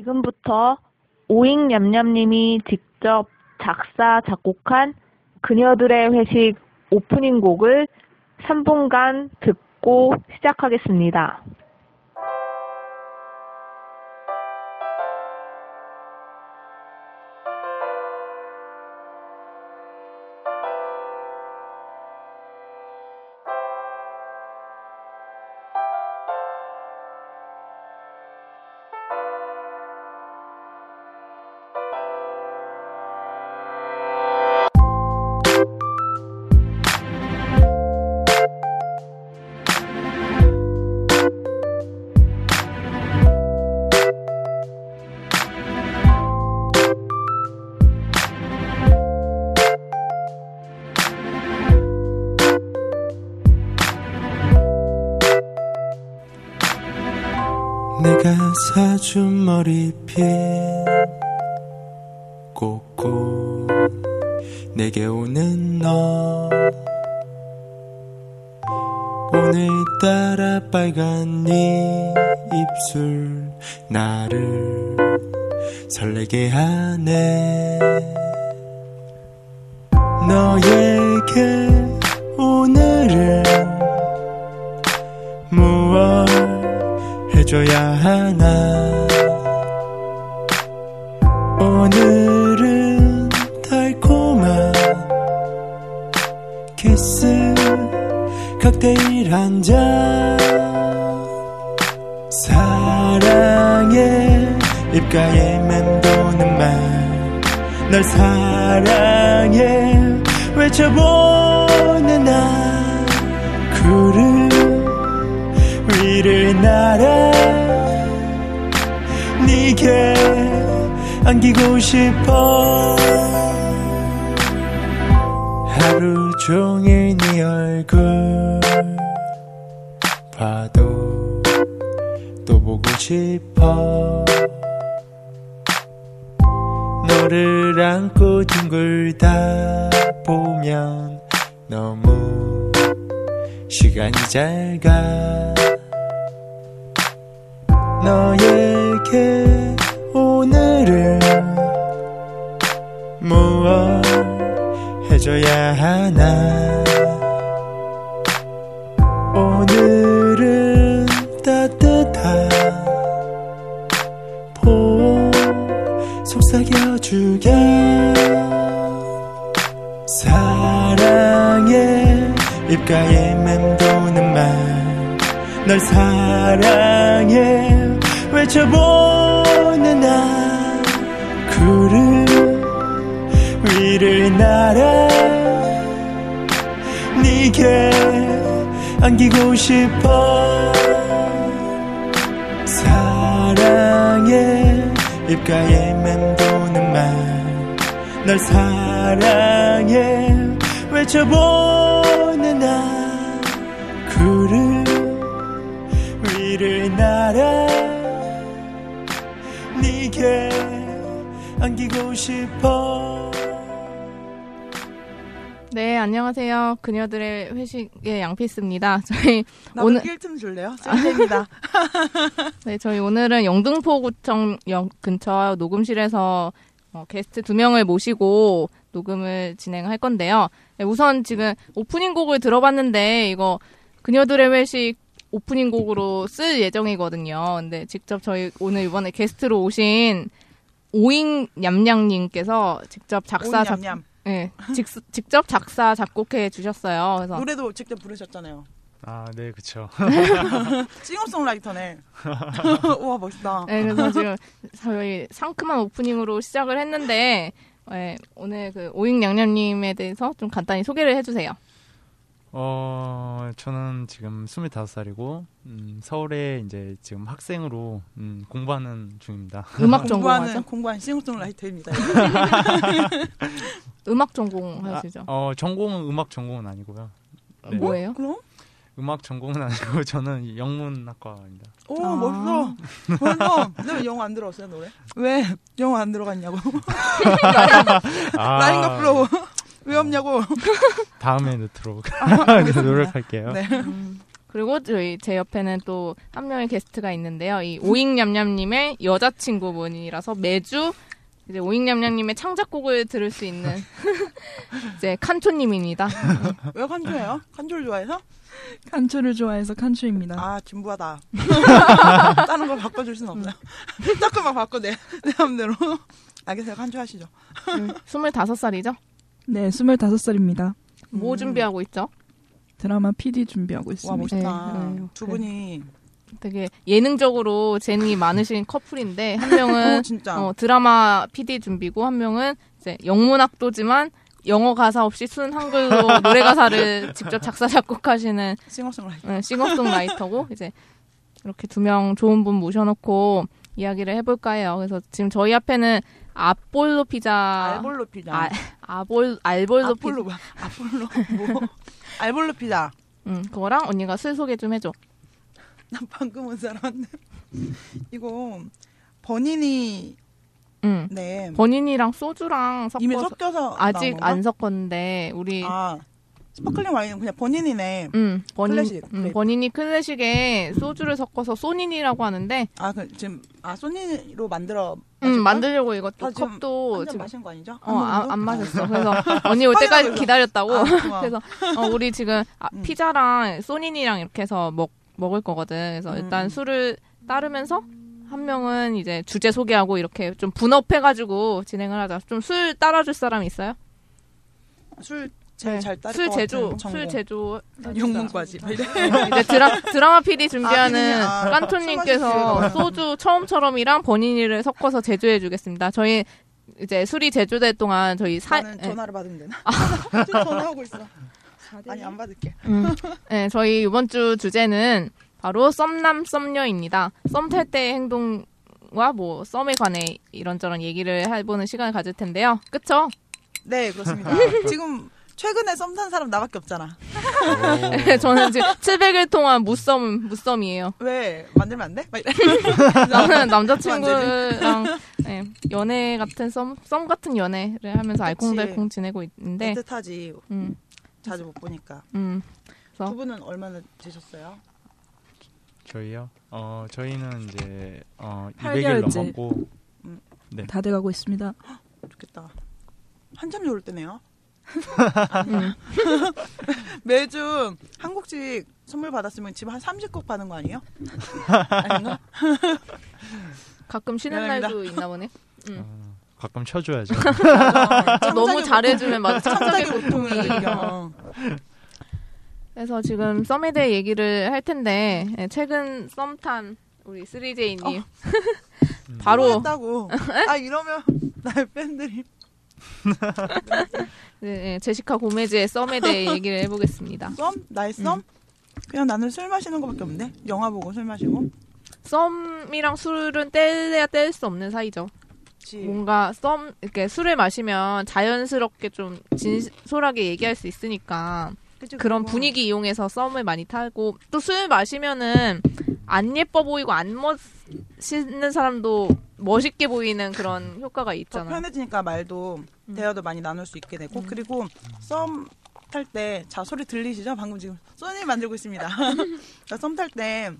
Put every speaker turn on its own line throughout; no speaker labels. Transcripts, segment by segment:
지금부터 오잉냠냠님이 직접 작사, 작곡한 그녀들의 회식 오프닝 곡을 3분간 듣고 시작하겠습니다.
내가 사준 머리핀 꼭꼭 내게 오는 너 오늘따라 빨간 네 입술 나를 설레게 하네 너에게 오늘은 무엇 해줘야 하나 오늘은 달콤한 키스 칵테일 한 잔 사랑해 입가에 맴도는 말널 사랑해 외쳐보는 나 그를 위를 날아 네게 안기고 싶어 하루 종일 네 얼굴 봐도 또 보고 싶어 너를 안고 둥글다 보면 너무 시간이 잘가 너에게 오늘은 무엇 해줘야 하나 오늘은 따뜻한 보호 속삭여주게 사랑해 입가에 맴도는 말널 사랑해 외쳐보는 나 구름 위를 날아 네게 안기고 싶어 사랑해 입가에 맴도는 말널 사랑해 외쳐보는 나 구름 위를 날아 네게 안기고 싶어
네, 안녕하세요. 그녀들의 회식의 양피스입니다. 저희
나도
아, 오늘-
낄틈 줄래요? 쌤입니다.
네, 저희 오늘은 영등포구청 역 근처 녹음실에서 어, 게스트 두 명을 모시고 녹음을 진행할 건데요. 네, 우선 지금 오프닝 곡을 들어봤는데 이거 그녀들의 회식 오프닝 곡으로 쓸 예정이거든요. 근데 직접 저희 오늘 이번에 게스트로 오신 오잉 냠냥님께서 직접 작사 작,
냠냠.
네, 직, 직접 작사 작곡해 주셨어요. 그래서
노래도 직접 부르셨잖아요.
아, 네, 그쵸.
싱어송라이터네. 우와 멋있다.
네, 그래서 지금 저희 상큼한 오프닝으로 시작을 했는데 네, 오늘 그 오잉양념님에 대해서 좀 간단히 소개를 해주세요.
어, 저는 지금 25살이고, 음, 서울에 이제 지금 학생으로, 음, 공부하는 중입니다.
음악
공부하는
전공하죠?
공부한 싱어송라이터입니다.
음악 전공하시죠?
아,
어, 전공은 음악 전공은 아니고요. 네.
뭐예요?
그럼?
음악 전공은 아니고, 저는 영문학과입니다.
오
아.
멋있어. 벌써. 근데 영어 안 들어왔어요 노래? 왜 영어 안 들어갔냐고.
아,
라인 거 플로우. 왜 없냐고.
다음에 들어오고
알겠습니다.
노력할게요.
아, 네.
음, 그리고 저희 제 옆에는 또 한 명의 게스트가 있는데요. 이 오잉냠냠님의 여자친구분이라서 매주 이제 오잉냠냠님의 창작곡을 들을 수 있는 이제 칸초님입니다.
왜 칸초예요? 칸초를 좋아해서?
칸추를 좋아해서
네.
칸추입니다.
아 진부하다. 다른 거 바꿔줄 순 없나요?
음.
조금만 바꿔 내, 내 맘대로. 알겠어요. 칸초 하시죠.
25살이죠?
네, 25살입니다.
뭐
음.
준비하고 있죠?
드라마 PD 준비하고
와
있습니다.
멋있다.
네, 네.
두
그래.
분이
되게 예능적으로 재능이 많으신 커플인데 한
어,
명은
진짜
어, 드라마 PD 준비고 한 명은 이제 영문학도지만 영어 가사 없이 순 한글로 노래 가사를 직접 작사 작곡하시는
싱어송라이터.
네, 싱어송라이터고 이제 이렇게 두 명 좋은 분 모셔놓고 이야기를 해볼까 해요. 그래서 지금 저희 앞에는 아볼로 피자,
알볼로 피자.
아, 아볼 알볼로 피자,
아폴로 봐. 아폴로 뭐? 알볼로 피자.
음, 그거랑 언니가 술 소개 좀 해줘.
나 방금 온 사람한테 이거 버니니
음,
네
본인이랑 소주랑 섞어서
이미 섞여서
아직
나온 건가?
안 섞었는데 우리
아 스파클링 와인은 그냥 본인이네.
음, 버닌,
클래식.
음,
네.
버니니 클래식에 소주를 섞어서 소닌이라고 하는데
아 그 지금 아 소니로 만들어.
음,
마실까?
만들려고 이것도
아, 지금
컵도
한잔
지금
마신 거 아니죠?
어,
한
아,
번도?
안 마셨어. 그래서 언니 올 때까지
하려고
기다렸다고.
아, 좋아.
그래서 어, 우리 지금 아,
음.
피자랑 소닌이랑 이렇게 해서 먹, 먹을 거거든. 그래서
음.
일단 술을 따르면서 한 명은 이제 주제 소개하고 이렇게 좀 분업해가지고 진행을 하자. 좀 술 따라줄 사람 있어요? 네.
술 제일 잘 따를
술
것
제조,
같은 정보.
술 제조.
영문과지. 막 이래.
어, 이제 드라, 드라마 PD 준비하는
아, 피디님, 아,
깐토님께서
술 마실
소주 처음처럼이랑 본인이를 섞어서 제조해 주겠습니다. 저희 이제 술이 제조될 동안 저희 사,
나는
예.
전화를 받으면 되나?
아.
지금 전화 오고 있어. 아니 안 받을게.
음. 네, 저희 이번 주 주제는 바로 썸남 썸녀입니다. 썸 탈 때의 행동과 뭐 썸에 관해 이런저런 얘기를 해보는 시간을 가질 텐데요. 그쵸?
네 그렇습니다. 지금 최근에 썸 탄 사람 나밖에 없잖아.
저는 지금 700일 동안 무썸 무썸이에요.
왜 만들면 안 돼? 막 이래.
나는 남자친구랑 네, 연애 같은 썸, 썸 같은 연애를 하면서 알콩달콩 지내고 있는데,
애틋하지.
음,
자주 못 보니까.
음, 어.
두 분은 얼마나 되셨어요?
저희요? 어 저희는 이제 어
팔
200일
개월째.
넘었고
다 돼가고 있습니다.
좋겠다. 한참 좋을 때네요.
음.
매주 한국식 선물 받았으면 집에 한 30곡 받은 거 아니에요? 아닌가?
가끔 쉬는
미안합니다.
날도 있나 보네.
어, 가끔 쳐줘야죠.
너무
참작의
잘해주면 맞아. 참작의
참작의
어.
고통이
고통이.
이겨.
그래서 지금 썸에 대해 얘기를 할 텐데 예, 최근 썸 탄 우리
어.
3J님 바로
했다고. 아 이러면 나의 팬들이
예, 예, 제시카 고메즈의 썸에 대해 얘기를 해보겠습니다.
썸? 나의 썸?
음.
그냥 나는 술 마시는 거밖에 없네. 영화 보고 술 마시고.
썸이랑 술은 뗄래야 뗄 수 없는 사이죠.
그치.
뭔가 썸 이렇게 술을 마시면 자연스럽게 좀 진솔하게 얘기할 수 있으니까
그치,
그런
그거.
분위기 이용해서 썸을 많이 타고 또 술 마시면은 안 예뻐 보이고 안 멋있는 사람도 멋있게 보이는 그런 효과가
더
있잖아.
편해지니까 말도
음.
대화도 많이 나눌 수 있게 되고 그리고 썸 탈 때 자 소리 들리시죠? 방금 지금 소니 만들고 있습니다. 썸 탈 때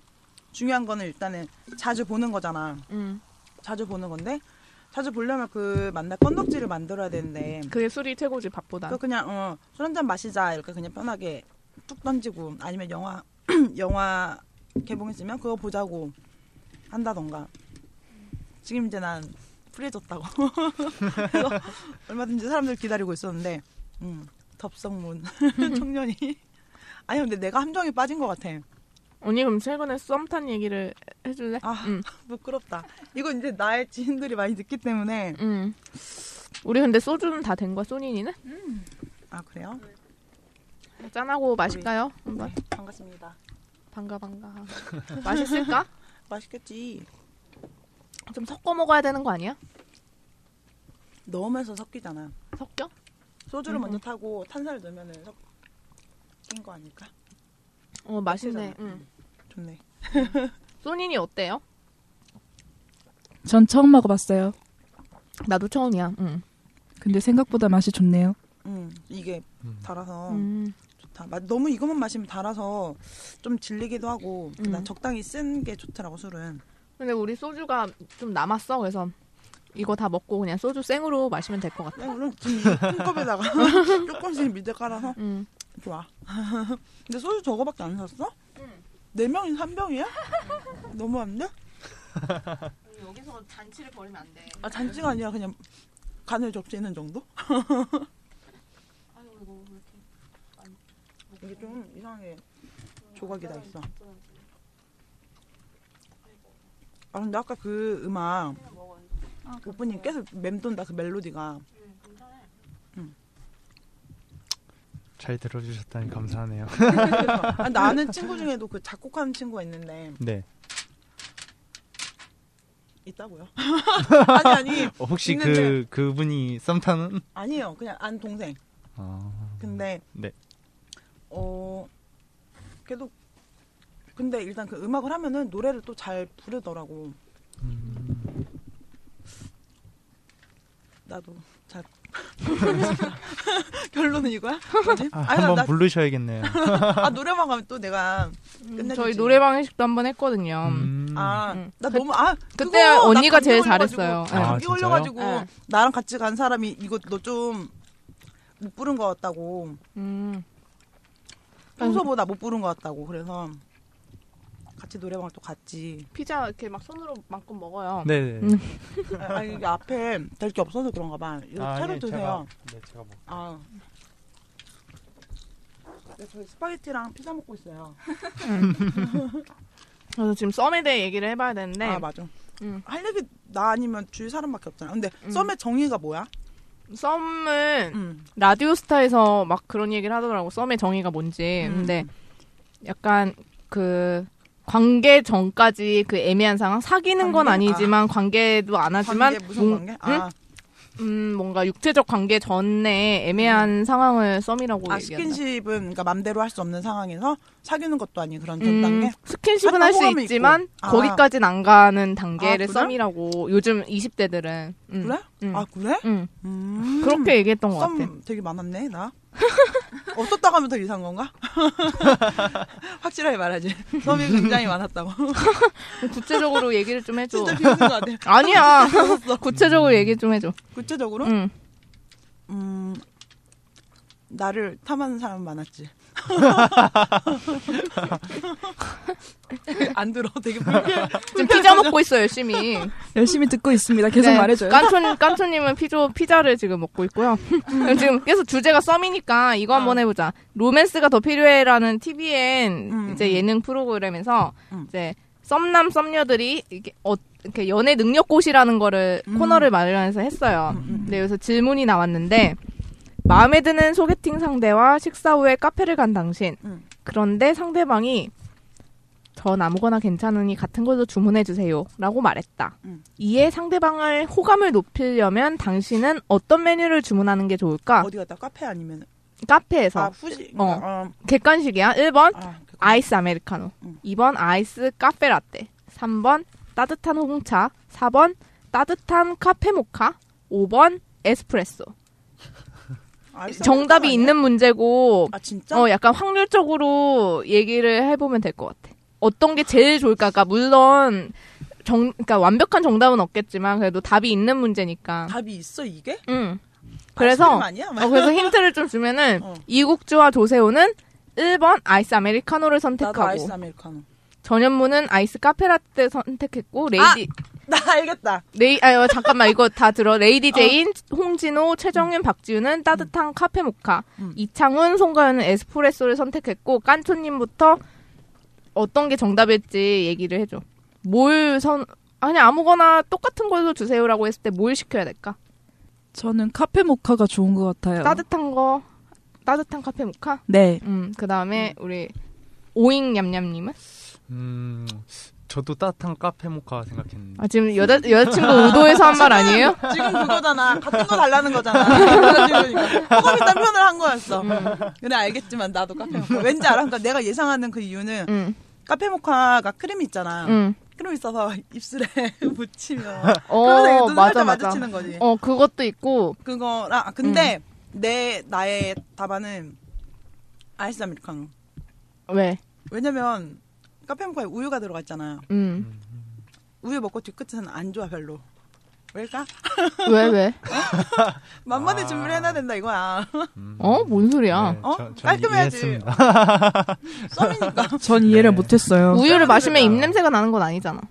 중요한 거는 일단은 자주 보는 거잖아.
음.
자주 보는 건데 자주 보려면 그 만날 건덕지를 만들어야 되는데
그게 술이 최고지 밥보다.
그 그냥 어, 술 한잔 마시자 이렇게 그냥 편하게 툭 던지고 아니면 영화 영화 개봉했으면 그거 보자고 한다던가 지금 이제 난 풀해졌다고 그래서 얼마든지 사람들 기다리고 있었는데 음, 덥성문 청년이 아니 근데 내가 함정에 빠진 것 같아
언니 그럼 최근에 썸 탄 얘기를 해줄래?
아.
응.
부끄럽다 이건 이제 나의 지인들이 많이 듣기 때문에
응. 음. 우리 근데 소주는 다 된 거야 소니니는?
아 그래요?
짠하고 마실까요? 한번.
네, 반갑습니다
반가 반가. 맛있을까?
맛있겠지
좀 섞어 먹어야 되는 거 아니야?
넣으면서 섞이잖아
섞여?
소주를
음,
먼저
음.
타고 탄산을 넣으면 섞인 거 아닐까?
어 맛있네.
섞이잖아.
응.
좋네.
소니니 어때요?
전 처음 먹어봤어요.
나도 처음이야. 응.
근데 생각보다 맛이 좋네요.
음, 이게
음.
달아서
음.
좋다. 좋다. 마- 너무 이것만 마시면 달아서 좀 질리기도 하고
음.
난 적당히 쓴 게 좋더라고 술은.
근데 우리 소주가 좀 남았어. 그래서 이거 다 먹고 그냥 소주 생으로 마시면 될 것 같아.
그냥 물론 지금 이 컵에다가 조금씩 밑에 깔아서
음.
좋아. 근데 소주 저거밖에 안 샀어? 네 명이 한 병이야? 너무 안 돼?
여기서 잔치를 벌이면 안 돼.
아 잔치가 아니라 그냥 간을 적시는 정도? 이게 좀 이상해 조각이 다 있어. 아 근데 아까 그 음악 오프닝 계속 맴돈다 그 멜로디가
잘 들어주셨다니 감사하네요.
아, 나는 친구 중에도 그 작곡하는 친구가 있는데
네.
있다고요? 아니 아니
어, 혹시
있는데-
그 그분이 썸 타는?
아니에요 그냥 안 동생
아,
근데
네.
어 그래도 근데 일단 그 음악을 하면은 노래를 또 잘 부르더라고
음,
나도 잘 결론은 이거야? 뭐지?
아,
아니,
한번
나-
부르셔야겠네요.
아 노래방 가면 또 내가 끝내주지.
음, 저희 노래방 회식도 한 번 했거든요.
음.
아 나
음.
너무 아
그때
그거 나
언니가
감기
제일
걸려가지고,
잘했어요.
아,
감기
진짜요?
걸려가지고
네.
나랑 같이 간 사람이 이거 너 좀 못 부른 것 같다고
음.
평소보다 못 부른 것 같다고 그래서 같이 노래방을 또 갔지
피자 이렇게 막 손으로 만큼 먹어요.
네.
음.
아 이게 앞에 될 게 없어서 그런가 봐 이거 차로 드세요
네, 아, 제가 먹.
아. 네, 저희 스파게티랑 피자 먹고 있어요.
그래서 지금 썸에 대해 얘기를 해봐야 되는데
아, 맞아.
네. 음.
할 얘기 나 아니면 주위 사람밖에 없잖아. 근데
음.
썸의 정의가 뭐야?
썸은
음.
라디오스타에서 막 그런 얘기를 하더라고 썸의 정의가 뭔지.
음.
근데 약간 그 관계 전까지 그 애매한 상황 사귀는 건
관계?
아니지만 음? 관계도 안 하지만
관계 무슨
뭔-
관계?
응?
아,
음, 뭔가 육체적 관계 전에 애매한 상황을 썸이라고
음. 아
뭐 얘기한다.
스킨십은 그러니까 맘대로 할 수 없는 상황에서 사귀는 것도 아닌 그런 전
음,
단계.
스킨십은
하여튼
할 수
호감이
있지만
있고. 아.
거기까진 안 가는 단계를
아, 그래?
썸이라고 요즘 20대들은 음,
그래?
음,
아 그래?
음,
음.
그렇게 얘기했던 것
썸
같아.
되게 많았네 나. 없었다고 하면 더 이상한 건가? 확실하게 말하지. 썸이 굉장히 많았다고.
구체적으로 얘기를 좀 해줘.
진짜 비웃는 것 같아.
아니야. 구체적으로 얘기 좀 해줘.
구체적으로?
음.
음, 나를 탐하는 사람 많았지. 안 들어, 되게 불쾌해.
지금 피자 먹고 있어 열심히.
열심히 듣고 있습니다. 계속
네,
말해줘요.
깐촌 깐촌님은 피조 피자를 지금 먹고 있고요.
음.
지금 계속 주제가 썸이니까
어.
이거 한번 해보자. 로맨스가 더 필요해라는 TVN
음,
이제
음.
예능 프로그램에서
음.
이제 썸남 썸녀들이 이게 어, 이렇게 연애 능력고시라는 거를
음.
코너를 마련해서 했어요.
음,
네, 여기서 질문이 나왔는데 마음에 드는 소개팅 상대와 식사 후에 카페를 간 당신.
음.
그런데 상대방이 전 아무거나 괜찮으니 같은 걸로 주문해 주세요라고 말했다.
음.
이에 상대방을 호감을 높이려면 당신은 어떤 메뉴를 주문하는 게 좋을까?
어디 갔다, 카페 아니면,
카페에서
아, 후지. 어. 어.
객관식이야. 1번
아, 그-
아이스 아메리카노.
음.
2번 아이스 카페 라떼. 3번 따뜻한 홍차. 4번 따뜻한 카페 모카. 5번 에스프레소.
아, 아이스 아메리카노
정답이
아니야?
있는 문제고
아, 진짜?
어, 약간 확률적으로 얘기를 해보면 될 것 같아. 어떤 게 제일 좋을까? 그러니까 물론 정, 그러니까 완벽한 정답은 없겠지만 그래도 답이 있는 문제니까.
답이 있어, 이게?
응.
아이스크림
예. 그래서
아니야?
어, 그래서 힌트를 좀 주면은
어.
이국주와 조세호는 1번 아이스 아메리카노를
나도
선택하고
아이스 아메리카노.
전현무는 아이스 카페라떼 선택했고
아,
레이디
나 알겠다.
레이 아유 잠깐만 이거 다 들어 레이디 제인 홍진호 최정윤 박지윤은 따뜻한 카페 모카
음.
이창훈 송가연은 에스프레소를 선택했고 깐초님부터 어떤 게 정답일지 얘기를 해줘 뭘 선 아니 아무거나 똑같은 걸로 주세요라고 했을 때 뭘 시켜야 될까
저는 카페 모카가 좋은 것
어.
같아요.
따뜻한 거 따뜻한 카페 모카
네.
음 그다음에 우리 오잉 냠냠님은
음, 저도 따뜻한 카페 모카 생각했는데.
아 지금 여자
음.
여자친구 의도해서 한 말 아니에요
지금 그거잖아. 같은 거 달라는 거잖아. 여자친구니까. 호감 있다는 표현을 한 거였어.
음.
근데 알겠지만, 나도 카페 모카. 왠지 알아. 그러니까 내가 예상하는 그 이유는 카페 모카가 크림이 있잖아.
음, 음음어
크림 있어서 입술에 묻히면 그러면서 이게 눈
어, 맞아
맞아
맞아
마주치는 거지.
어 그것도 있고
그거랑 아, 근데 내 나의 답안은 아이스 아메리카노.
왜?
왜냐면 카페모카에 우유가 들어가 있잖아요.
음.
우유 먹고 뒤끝은 안 좋아 별로. 왜일까?
왜 왜?
만반의
아.
준비를 해놔야 된다 이거야.
음.
어? 뭔 소리야?
네,
어?
저- 저는
깔끔해야지.
이해했습니다.
썸이니까.
전 이해를
네.
못했어요.
음.
우유를 마시면 입 냄새가 나는 건 아니잖아.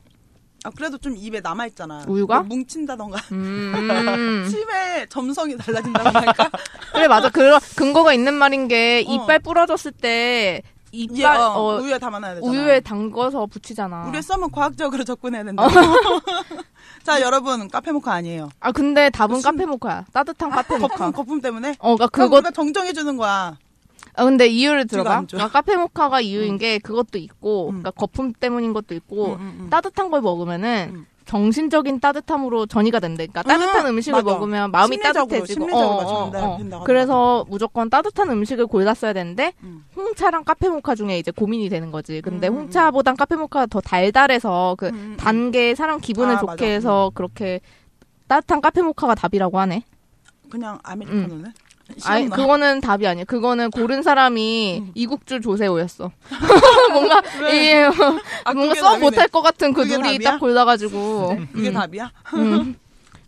아, 그래도 좀 입에 남아 있잖아. 뭐
우유가?
뭉친다던가.
음.
침에 점성이 달라진다고 할까?
그래 맞아. 그 근거가 있는 말인 게
어.
이빨 부러졌을 때
이게
이빨
어,
어,
우유에 담아놔야 되잖아.
우유에 담궈서 붙이잖아.
우리의 썸은 과학적으로 접근해야 된다.
어.
자, 여러분, 카페모카 아니에요.
아 근데 답은
무슨- 아,
카페모카야. 따뜻한 카페모카.
거품, 거품 때문에?
어, 그러니까
그거
그것
우리가 정정해주는 거야.
아, 근데 이유를
뒤가
들어봐.
안 좋아.
그러니까 카페모카가 이유인 게 그것도 있고,
음.
그러니까 거품 때문인 것도 있고,
음, 음, 음.
따뜻한 걸 먹으면은
음.
정신적인 따뜻함으로 전이가 된대. 그러니까 따뜻한
음,
음, 식을
맞아.
먹으면 마음이
심리적으로,
따뜻해지고. 어,
심리적으로 맞아. 전달이 된다고
그래서 무조건 따뜻한 음식을 골랐어야 되는데
음.
홍차랑 카페모카 중에 이제 고민이 되는 거지. 근데
음, 음,
홍차보단 카페모카가 더 달달해서 그
음, 음, 음.
단계 사람 기분을
아,
좋게
맞아.
해서 그렇게 따뜻한 카페모카가 답이라고 하네.
그냥 아메리카노는?
음. 아니
싫었나?
그거는 답이 아니야. 그거는 고른 사람이
음.
이국주 조세호였어. 뭔가 이
아,
뭔가
그게
써
답이네.
못할 것 같은 그
그게
둘이
답이야? 네.
딱 골라가지고.
그게
음,
답이야?
음.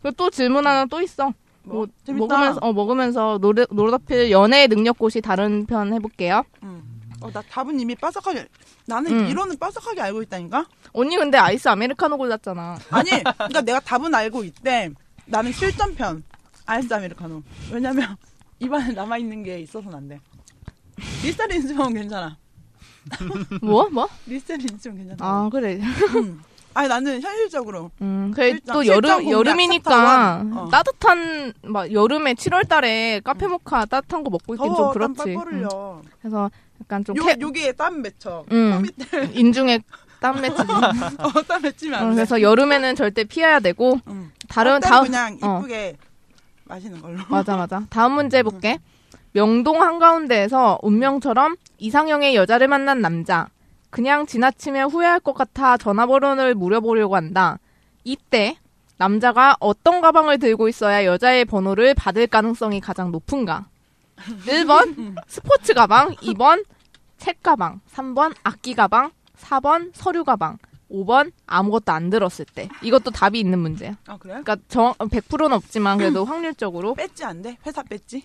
그리고 또 질문 하나 또 있어.
뭐,
뭐
재밌다.
먹으면서 어 먹으면서 노르 노르다필 연애의 능력고시 다른 편 해볼게요.
음. 어, 나 답은 이미 빠삭하게, 나는
음.
이론은 빠삭하게 알고 있다니까?
언니 근데 아이스 아메리카노 골랐잖아.
아니, 그러니까 내가 답은 알고 있대. 나는 실전편 아이스 아메리카노. 왜냐면 입안에 남아 있는 게 있어서는 안 돼. 리스타린 좀 괜찮아.
뭐 뭐?
리스타린 좀 괜찮아.
아 그래.
음. 아니 나는 현실적으로
음 그래
실전-
또
실전
여름
공략
여름이니까
챕터 원. 어.
따뜻한 막 여름에 7월달에 카페모카 따뜻한 거 먹고 있긴 좀
더워 어, 땀
그렇지.
뻘
음.
뻘흘려.
그래서 약간 좀
요
캐,
여기에 땀 맺혀.
음, 인중에 땀 맺히지.
어, 땀 맺히면
어,
안 돼.
그래서 여름에는 절대 피해야 되고
음.
다른
땀
다음
그냥
어.
이쁘게 마시는 걸로.
맞아 맞아 다음 문제 볼게. 명동 한가운데에서 운명처럼 이상형의 여자를 만난 남자. 그냥 지나치면 후회할 것 같아 전화번호를 물어보려고 한다. 이때 남자가 어떤 가방을 들고 있어야 여자의 번호를 받을 가능성이 가장 높은가? 1번 스포츠 가방, 2번 책 가방, 3번 악기 가방, 4번 서류 가방, 5번 아무것도 안 들었을 때. 이것도 답이 있는 문제야.
아 그래?
그러니까 정 100%는 없지만 그래도 확률적으로
뺐지 안 돼? 회사 뺐지?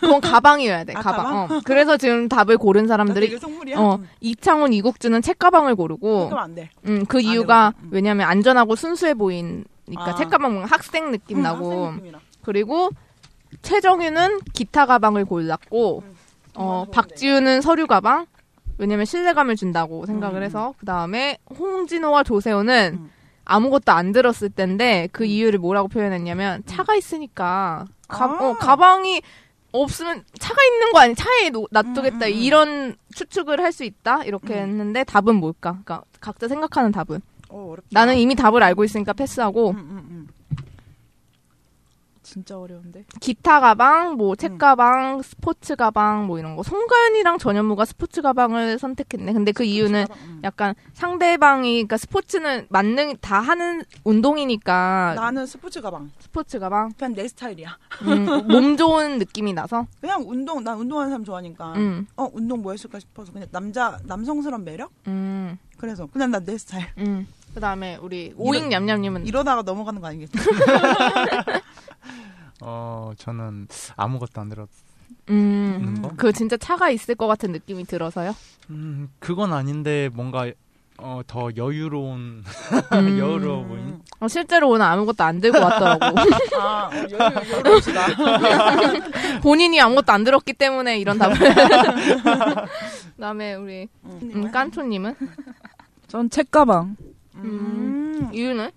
그건 가방이어야 돼.
아,
가방.
가방?
어. 그래서 지금 답을 고른
나도 이게
사람들이
선물이야.
어,
음.
이창훈 이국주는 책가방을 고르고
그럼 안 돼.
음, 그
안
이유가
해봤어. 음.
왜냐면 안전하고 순수해 보이니까
아.
책가방 뭔가 학생 느낌
음,
나고 어,
학생 느낌이라.
그리고 최정유는 기타 가방을 골랐고
음.
어,
좋은데.
박지우는 서류 가방 왜냐면 신뢰감을 준다고 생각을
음.
해서 그 다음에 홍진호와 조세호는
음.
아무것도 안 들었을 텐데 그
음.
이유를 뭐라고 표현했냐면 차가 있으니까 가,
아.
어, 가방이 없으면 차가 있는 거 아니 차에 놓- 놔두겠다
음, 음, 음.
이런 추측을 할 수 있다 이렇게
음.
했는데 답은 뭘까? 그러니까 각자 생각하는 답은
어, 어렵다.
나는 이미 답을 알고 있으니까 패스하고
음, 음,
진짜 어려운데.
기타 가방, 뭐
음.
책 가방, 스포츠 가방 뭐 이런 거. 송가연이랑 전현무가 스포츠 가방을 선택했네. 근데 그 이유는
음.
약간 상대방이 그러니까 스포츠는 만능 다 하는 운동이니까
나는 스포츠 가방.
스포츠 가방
그냥 내 스타일이야.
음, 몸 좋은 느낌이 나서
그냥 운동, 난 운동하는 사람 좋아하니까.
음,
어, 운동 뭐 했을까 싶어서 그냥 남자, 남성스러운 매력?
음,
그래서 그냥 난 내 스타일.
음. 그다음에 우리 오잉 냠냠님은
이러다가 넘어가는 거 아니겠지?
어, 저는 아무것도 안 들었는
음,
거?
그 진짜 차가 있을 것 같은 느낌이 들어서요.
음, 그건 아닌데 뭔가 어, 더 여유로운
음.
여유로워 보이는
어, 실제로 오늘 아무것도 안 들고 왔더라고.
아, 어, 여유, 여유롭시다.
본인이 아무것도 안 들었기 때문에 이런 답을. 그다음에 우리
네.
음, 깐초님은
전 책가방.
음.
이유는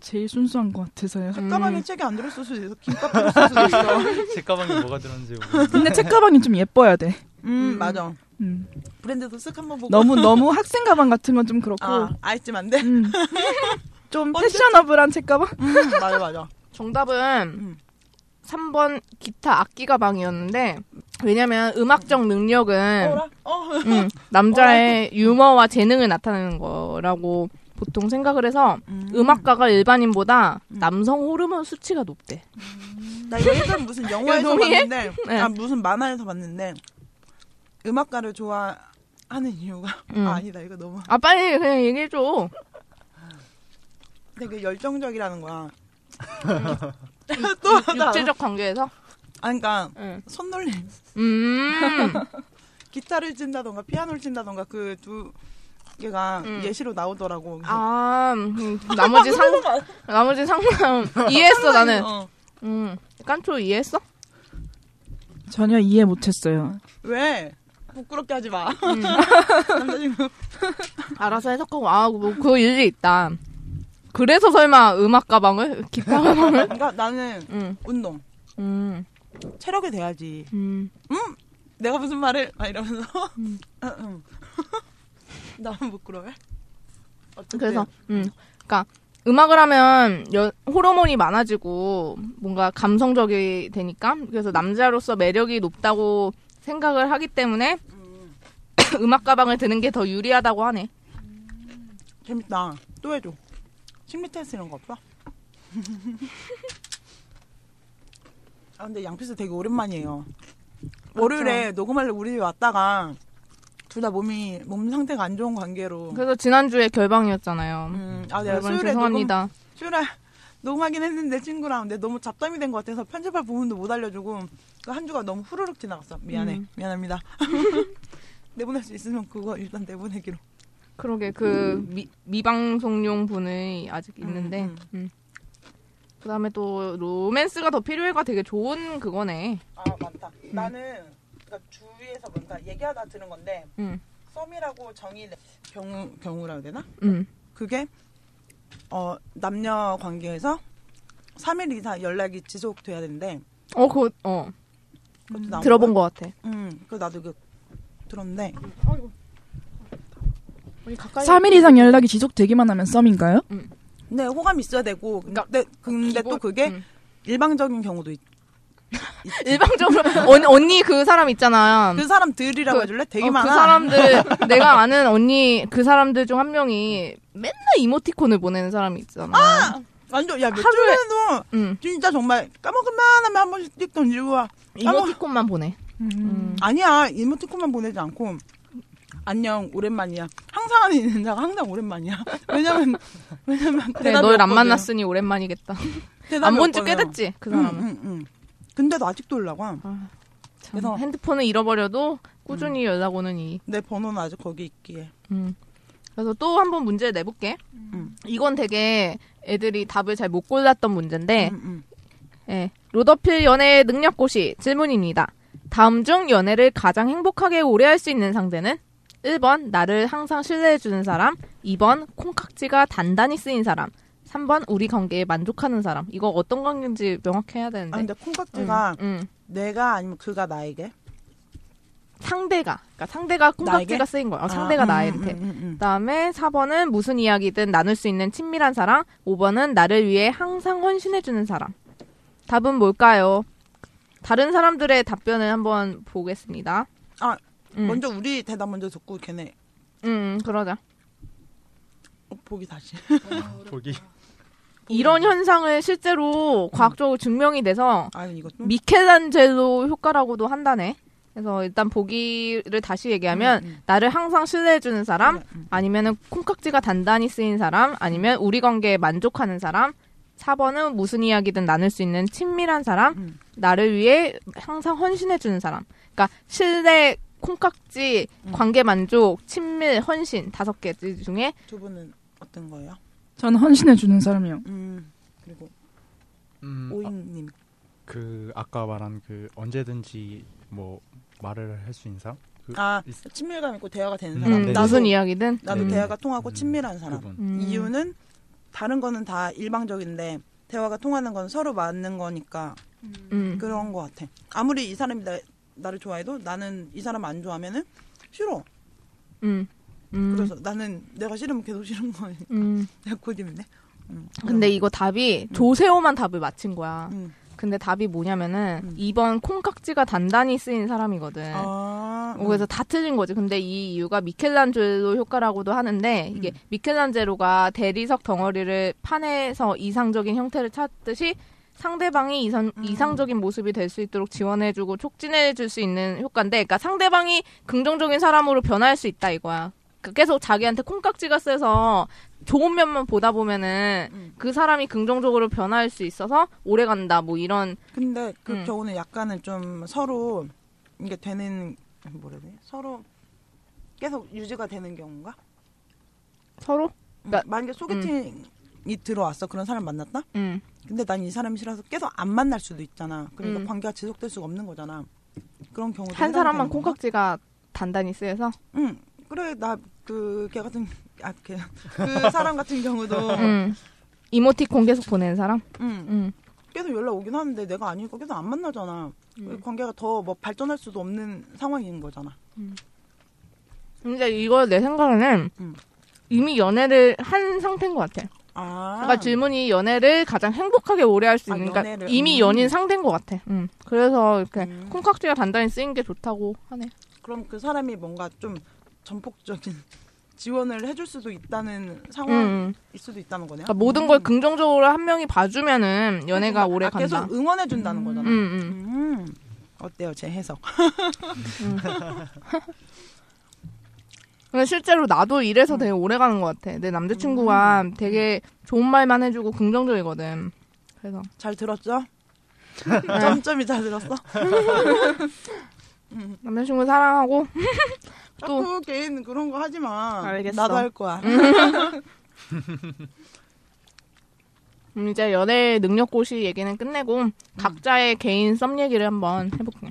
제일 순수한 것 같아서요.
음.
책가방에 책이 안 들었을 수도 있어. 김밥 들었을 수도 있어.
제 가방에 뭐가 들었는지 모르겠는데
근데 책가방이 좀 예뻐야 돼.
음, 맞아.
음.
브랜드도 쓱 한번 보고.
너무 너무 학생 가방 같은 건 좀 그렇고.
아, 아이스면 안 돼?
음. 좀
언제-
패셔너블한 책가방?
음, 맞아, 맞아.
정답은
음.
3번 기타 악기 가방이었는데 왜냐면 음악적 능력은
어라? 어.
음, 남자의 유머와 재능을 나타내는 거라고 보통 생각을 해서 음악가가 일반인보다 남성 호르몬 수치가 높대.
나 이거 예전 무슨 영화에서
이거 그 동의해?
봤는데,
네.
아, 무슨 만화에서 봤는데, 음악가를 좋아하는 이유가
음.
아, 아니다 이거 너무
아 빨리 그냥 얘기해 줘.
되게 열정적이라는 거야. 또 하다.
육체적 네. 관계에서.
아 그러니까
응.
손놀림.
음.
기타를 친다던가 피아노를 친다던가 그 두 개가
음.
예시로 나오더라고. 그래서
아 음, 나머지 상 나머지 상담 이해했어 나는.
어.
음. 깐초 이해했어?
전혀 이해 못했어요.
왜? 부끄럽게 하지 마.
음.
남자친구.
알아서 해석하고 아뭐그 일리 있다. 그래서 설마 음악 가방을 기타 가방을?
그러니까 나는
음.
운동.
음.
체력이 돼야지.
음.
내가 무슨 말을 막 이러면서. 나만 부끄러워. 어쨌든.
그래서 음. 그러니까 음악을 하면 여- 호르몬이 많아지고 뭔가 감성적이 되니까 그래서 남자로서 매력이 높다고 생각을 하기 때문에
음,
음악 가방을 드는 게 더 유리하다고 하네.
재밌다. 또 해줘. 심리 테스트 이런 거 없어? 아 근데 양피스 되게 오랜만이에요. 월요일에 녹음하려고 우리 집에 왔다가 둘 다 몸이 몸 상태가 안 좋은 관계로
그래서 지난주에 결방이었잖아요.
음, 아, 내가
여러분
수요일에 녹음,
죄송합니다.
수요일에 녹음하긴 했는데 친구랑 근데 너무 잡담이 된 것 같아서 편집할 부분도 못 알려주고 그 한 주가 너무 후루룩 지나갔어. 미안해,
음.
미안합니다. 내보낼 수 있으면 그거 일단 내보내기로.
그러게 그 미, 미방송용 분이 아직
음,
있는데
음.
음. 그다음에 또 로맨스가 더 필요해가 되게 좋은 그거네.
아 많다. 나는 그러니까 주위에서 뭔가 얘기하다 들은 건데
음.
썸이라고 정의 내- 경우 경우라고 해야 되나?
음.
그게 어 남녀 관계에서 3일 이상 연락이 지속돼야 되는데
어, 그거 어.
그것도 나온
들어본 것 같아.
거야? 음, 그 나도 그 들었는데
우리 가까이
3일 이상 연락이 지속되기만 하면 썸인가요?
네, 호감이 있어야 되고. 근데, 근데
기본-
또 그게
음.
일방적인 경우도 있, 있지.
일방적으로 언, 언니 그 사람 있잖아.
그 사람들이라고
그-
해줄래? 되게
어,
많아.
그 사람들 내가 아는 언니 그 사람들 중 한 명이 맨날 이모티콘을 보내는 사람이 있잖아. 음.
완전, 야, 며칠
하루에-
전에도
응.
진짜 정말 까먹을만 하면 한 번씩 띡 던지고 와. 까먹...
이모티콘만 보내. 음.
아니야, 이모티콘만 보내지 않고. 안녕, 오랜만이야. 항상 하는 인사가 항상 오랜만이야. 왜냐면, 왜냐면.
그래,
대답이
널 안
없거든.
만났으니 오랜만이겠다.
대답이
안 본 지 꽤
없거든.
됐지 그
응,
사람은.
응, 응. 근데도 아직도 연락 와.
참,
그래서- 음.
핸드폰을 잃어버려도 꾸준히 연락 오는 이.
내 번호는 아직 거기 있기에.
음. 그래서 또 한 번 문제 내볼게.
음.
이건 되게 애들이 답을 잘 못 골랐던 문제인데
응, 응.
예, 로더필 연애 능력고시 질문입니다. 다음 중 연애를 가장 행복하게 오래 할 수 있는 상대는 1번 나를 항상 신뢰해주는 사람, 2번 콩깍지가 단단히 쓰인 사람, 3번 우리 관계에 만족하는 사람. 이거 어떤 관계인지 명확해야 되는데.
아, 근데 콩깍지가
음, 음.
내가 아니면 그가 나에게
상대가, 그러니까 상대가 콩깍지가
나에게?
쓰인 거야. 어,
아,
상대가
음,
나한테.
음, 음, 음.
그다음에 4번은 무슨 이야기든 나눌 수 있는 친밀한 사람, 5번은 나를 위해 항상 헌신해주는 사람. 답은 뭘까요? 다른 사람들의 답변을 한번 보겠습니다.
아,
음,
먼저 우리 대답 먼저 듣고 걔네
음, 그러자.
어, 보기 다시.
보기
이런 현상을 실제로 과학적으로 증명이 돼서
아 이것도
미켈란젤로 효과라고도 한다네. 그래서 일단 보기를 다시 얘기하면
음, 음.
나를 항상 신뢰해주는 사람,
그래, 음.
아니면은 콩깍지가 단단히 쓰인 사람, 아니면 우리 관계에 만족하는 사람, 4번은 무슨 이야기든 나눌 수 있는 친밀한 사람,
음.
나를 위해 항상 헌신해주는 사람. 그러니까 신뢰, 콩깍지,
음.
관계 만족, 친밀, 헌신 다섯 개 중에
두 분은 어떤 거예요?
전 헌신해 주는 사람이요.
음 그리고
음, 아,
오잉님
그 아까 말한 그 언제든지 뭐 말을 할 수 있는 사람 그
아
있-
친밀감 있고 대화가 되는
음,
사람.
네.
나도
무슨 이야기든
나도
음.
대화가 통하고
음,
친밀한 사람.
그분
음.
이유는 다른 거는 다 일방적인데 대화가 통하는 건 서로 맞는 거니까
음.
그런 거 같아. 아무리 이 사람이 나, 나를 좋아해도 나는 이 사람 안 좋아하면은 싫어.
음. 음.
그래서 나는 내가 싫으면 계속 싫은 거니
음.
내가 고집이네. 음.
근데 이거 답이 조세호만 답을 맞힌 거야.
음.
근데 답이 뭐냐면은
음.
2번 콩깍지가 단단히 쓰인 사람이거든.
아,
어, 네. 그래서 다 틀린 거지. 근데 이 이유가 미켈란젤로 효과라고도 하는데 이게
음.
미켈란젤로가 대리석 덩어리를 파내서 이상적인 형태를 찾듯이 상대방이 이상,
음.
이상적인 모습이 될 수 있도록 지원해주고 촉진해줄 수 있는 효과인데, 그러니까 상대방이 긍정적인 사람으로 변할 수 있다 이거야. 그 계속 자기한테 콩깍지가 세서 좋은 면만 보다 보면은
음.
그 사람이 긍정적으로 변할 수 있어서 오래 간다 뭐 이런
근데 그
음.
경우는 약간은 좀 서로 이게 되는 뭐라 해야 되지? 서로 계속 유지가 되는 경우인가?
서로 나-
음, 만약에 소개팅이 들어왔어 그런 사람 만났다?
음.
근데 난 이 사람이 싫어서 계속 안 만날 수도 있잖아. 그러니까
음.
관계가 지속될 수가 없는 거잖아. 그런 경우도
한 사람만
뭐 해당되는 건가?
콩깍지가 단단히 쓰여서
응. 그래 나 그 걔 같은 아걔그 사람 같은 경우도
음. 이모티콘 계속 보내는 사람
응.
음.
계속 연락 오긴 하는데 내가 아니니까 계속 안 만나잖아.
음.
관계가 더 뭐 발전할 수도 없는 상황인 거잖아.
근데 이거 내 생각에는
음.
이미 연애를 한 상태인 것 같아.
아.
아까 질문이 연애를 가장 행복하게 오래 할 수
아,
있는, 그러니까
연애를,
이미
음.
연인 상대인 것 같아. 음. 그래서 이렇게
음.
콩깍지가 단단히 쓰인 게 좋다고 하네.
그럼 그 사람이 뭔가 좀 전폭적인 지원을 해줄 수도 있다는 상황일
음.
수도 있다는 거네요.
그러니까 모든 걸 긍정적으로 한 명이 봐주면은 연애가 오래
아,
간다.
계속 응원해 준다는
음,
거잖아.
음.
음. 어때요 제 해석?
근데 실제로 나도 이래서
음.
되게 오래 가는 것 같아. 내 남자친구가 되게 좋은 말만 해주고 긍정적이거든. 그래서
잘 들었죠?
네.
점점이 잘 들었어?
남자친구 사랑하고 또.
자꾸 개인 그런 거 하지 마.
알겠어.
나도 할 거야.
음, 이제 연애 능력고시 얘기는 끝내고 각자의 개인 썸 얘기를 한번 해볼게요.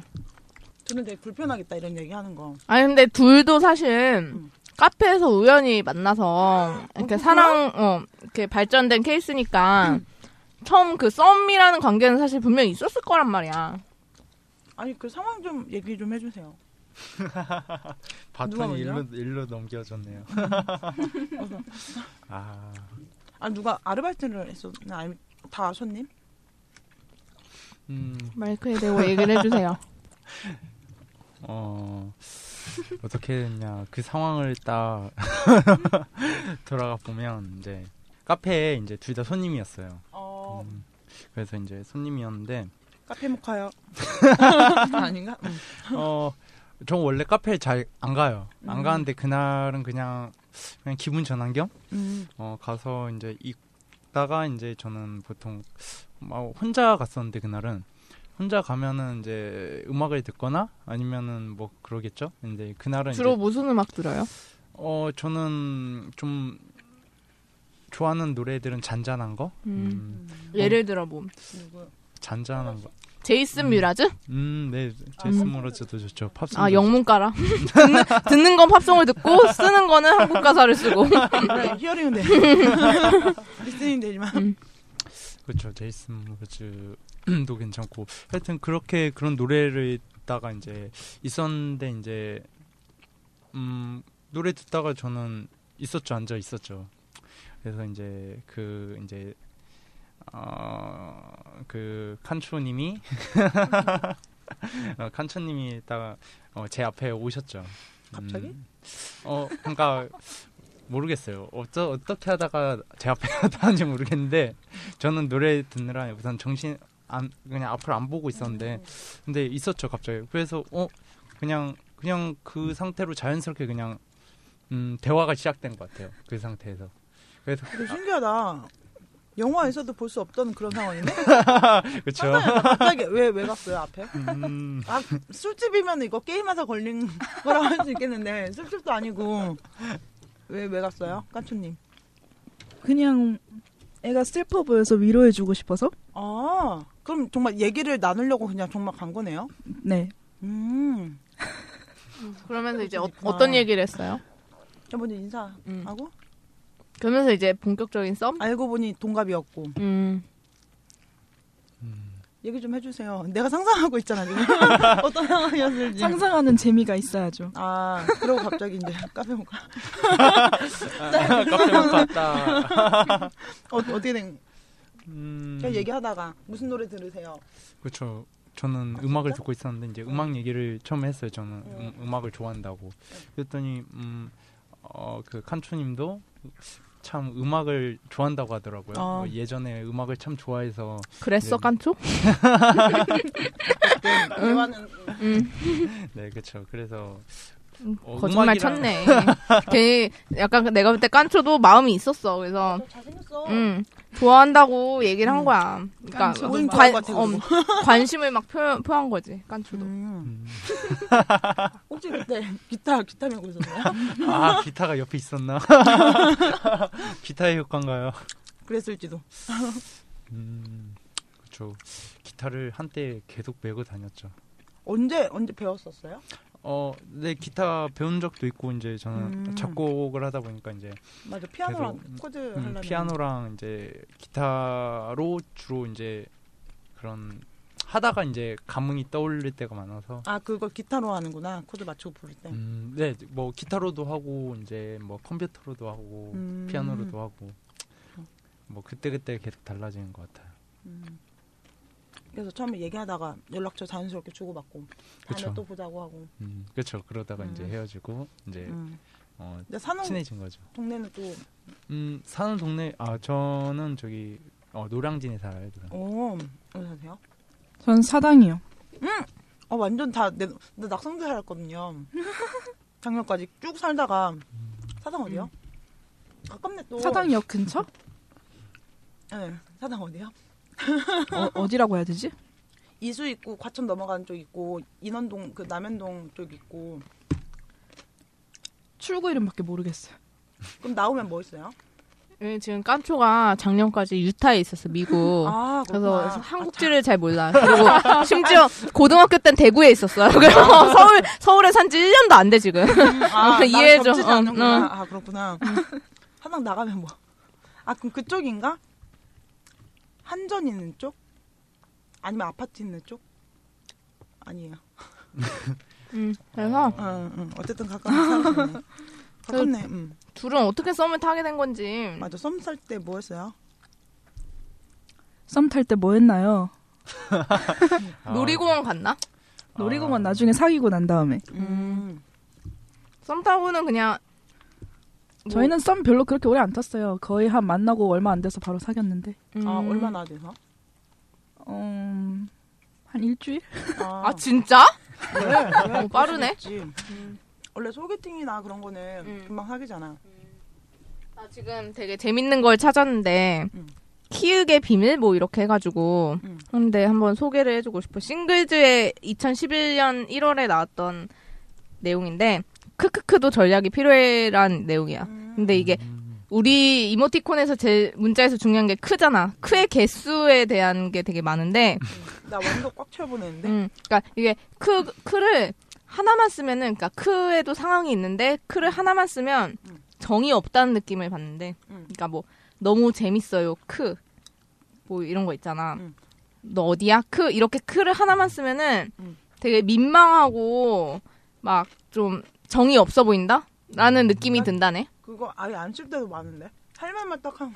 저는 되게 불편하겠다 이런 얘기 하는 거.
아니 근데 둘도 사실 카페에서 우연히 만나서 음. 이렇게 사랑 어 이렇게 발전된 케이스니까 처음 그 썸이라는 관계는 사실 분명히 있었을 거란 말이야.
아니 그 상황 좀 얘기 좀 해주세요. 누가
바톤이
먼저?
일로 일로 넘겨졌네요. 아
아 누가 아르바이트를 했었나? 아니 다 손님?
음,
마이크에 대고 얘기를 해주세요.
어 어떻게 됐냐 그 상황을 딱 돌아가 보면 이제 카페에 이제 둘 다 손님이었어요.
어
음, 그래서 이제 손님이었는데
카페 모카요. 아닌가? 음.
어전 원래 카페에 잘 안 가요. 안
음.
가는데 그날은 그냥 그냥 기분 전환 겸
음.
어, 가서 이제 있다가 이제 저는 보통 막 혼자 갔었는데 그날은 혼자 가면은 이제 음악을 듣거나 아니면은 뭐 그러겠죠. 근데 그날은
주로
이제
무슨 음악 들어요?
어 저는 좀 좋아하는 노래들은 잔잔한 거,
음.
음,
예를 들어 뭐
누구?
잔잔한 거.
제이슨 뮤라즈?
음, 네, 제이슨 모라즈도 좋죠. 팝송.
뭐. 아 영문가라. 듣는, 듣는 건 팝송을 듣고 쓰는 거는 한국 가사를 쓰고.
네, 히어링은 돼. 리스닝 되지만.
그렇죠. 제이슨 모즈도 괜찮고 하여튼 그렇게 그런 노래를 듣다가 이제 있었는데 이제 음 노래 듣다가 저는 있었죠 앉아 있었죠. 그래서 이제 그 이제 어, 어그
네.
칸초님이 어, 칸초님이 딱 어, 제 앞에 오셨죠.
갑자기?
음, 어 그러니까 모르겠어요. 어쩌 어떻게 하다가 제 앞에 나타난지 모르겠는데 저는 노래 듣느라 우선 정신 안 그냥 앞을 안 보고
네.
있었는데 근데 있었죠 갑자기 그래서 어 그냥 그냥 그 상태로 자연스럽게 그냥 음 대화가 시작된 것 같아요 그 상태에서 그래서
되게 신기하다. 영화에서도 볼 수 없던 그런 상황인데
그렇죠
갑자기 왜 왜 갔어요 앞에?
음,
아 술집이면 이거 게임에서 걸린 거라고 할 수 있겠는데 술집도 아니고 왜 왜 갔어요 깐초님?
그냥 애가 슬퍼 보여서 위로해주고 싶어서?
아 그럼 정말 얘기를 나누려고 그냥 정말 간 거네요.
네.
음
그러면서 이제 어,
그렇구나.
어떤 얘기를 했어요?
저 먼저 인사하고
음. 그러면서 이제 본격적인 썸?
알고 보니 동갑이었고
음.
얘기 좀 해주세요. 내가 상상하고 있잖아 지금 어떤 상황이었을지.
네. 상상하는 재미가 있어야죠.
아 그러고 갑자기 이제 카페 못 가.
아, 깜짝 놀랐다
어, 어떻게 된?
음,
그냥 얘기하다가 무슨 노래 들으세요?
그렇죠 저는 음악을 듣고 있었는데 이제
네.
음악 얘기를 처음 했어요 저는 음, 악을 좋아한다고 그랬더니 음어그 칸초님도 어, 그 참 음악을 좋아한다고 하더라고요.
어.
뭐 예전에 음악을 참 좋아해서
그랬어
네.
깐초?
대화는
음.
네 그렇죠. 그래서
음,
어,
거짓말
음악이랑-
쳤네. 걔 약간 그 내가 볼 때 깐초도 마음이 있었어. 그래서
뭐 잘생겼어.
음, 좋아한다고 얘기를 한 거야. 그러니까
깐초.
모임
관,
좋아할 것 같아,
음, 관심을 막 표, 표한 거지 깐초도.
음.
음.
혹시 그때 기타 기타 메고 있었나요?
아 기타가 옆에 있었나? 기타의 효과인가요?
그랬을지도.
음, 그렇죠. 기타를 한때 계속 메고 다녔죠.
언제 언제 배웠었어요?
어, 네 기타 배운 적도 있고 이제 저는
음.
작곡을 하다 보니까 이제
맞아 피아노랑
계속, 음,
코드
음,
하려면
피아노랑 이제 기타로 주로 이제 그런 하다가 이제 감흥이 떠올릴 때가 많아서
아 그걸 기타로 하는구나 코드 맞추고 부를 때.
음, 네, 뭐 기타로도 하고 이제 뭐 컴퓨터로도 하고
음. 어.
피아노로도 하고 뭐 그때 그때 계속 달라지는 것 같아요.
음. 그래서 처음에 얘기하다가 연락처 자연스럽게 주고받고 다음에
그쵸.
또 보자고 하고.
음, 그렇죠. 그러다가 이제
음.
헤어지고 이제
음.
어,
근데 사는
친해진 거죠.
동네는 또
음, 사는 동네 아 저는 저기 어, 노량진에 살아요. 저는.
오, 어디 사세요?
전 사당이요.
어 완전 다내 나 낙성도 살았거든요. 작년까지 쭉 살다가
음.
사당 어디요? 가깝네 또.
어. 사당역 근처?
네, 사당 어디요?
어, 어디라고 해야 되지?
이수 있고 과천 넘어가는 쪽 있고 인원동 그 남현동 쪽 있고
출구 이름밖에 모르겠어요.
그럼 나오면 뭐 있어요?
예, 지금 깐초가 작년까지 유타에 있었어 미국.
아
그래서
그렇구나.
한국지를 잘 몰라. 그리고 심지어 고등학교 땐 대구에 있었어요. 그래서 서울 서울에 산 지 1년도 안 돼 지금.
아, 나랑
이해해줘.
겹치지
어,
않는구나.
응.
아 그렇구나. 사당 나가면 뭐? 아 그럼 그쪽인가? 한전 있는 쪽? 아니면 아파트 있는 쪽? 아니에요.
음, 그래서
어, 응. 어쨌든 가까운 사람이네. 가깝네. 응.
둘은 어떻게 썸을 타게 된 건지.
맞아. 썸 탈 때 뭐 했어요?
썸 탈 때 뭐 했나요?
아,
놀이공원 갔나?
놀이공원 나중에 사귀고 난 다음에.
음.
썸 타고는 그냥 뭐-
저희는 썸 별로 그렇게 오래 안 탔어요. 거의 한 만나고 얼마 안 돼서 바로 사귀었는데.
음.
아 얼마나 돼서?
음, 한 일주일?
아 진짜? 어, 빠르네.
그치. 원래 소개팅이나 그런 거는
음.
금방 사귀잖아.
나 아, 지금 되게 재밌는 걸 찾았는데
음.
키읔의 비밀 뭐 이렇게 해가지고
음.
근데 한번 소개를 해주고 싶어 싱글즈의 2011년 1월에 나왔던 내용인데 크크크도 전략이 필요해란 내용이야 근데 이게
음,
우리 이모티콘에서 제일 문자에서 중요한 게 크잖아 크의 개수에 대한 게 되게 많은데
나 완전 꽉 채워보냈는데.
음, 그러니까 이게 크 크를 하나만 쓰면은 그러니까 크에도 상황이 있는데 크를 하나만 쓰면
음.
정이 없다는 느낌을 받는데
음.
그러니까 뭐 너무 재밌어요 크 뭐 이런 거 있잖아
음.
너 어디야 크 이렇게 크를 하나만 쓰면은
음.
되게 민망하고 막 좀 정이 없어 보인다 라는 느낌이 든다네
음, 그거 아예 안 쓸 때도 많은데. 할 말만 딱 하고.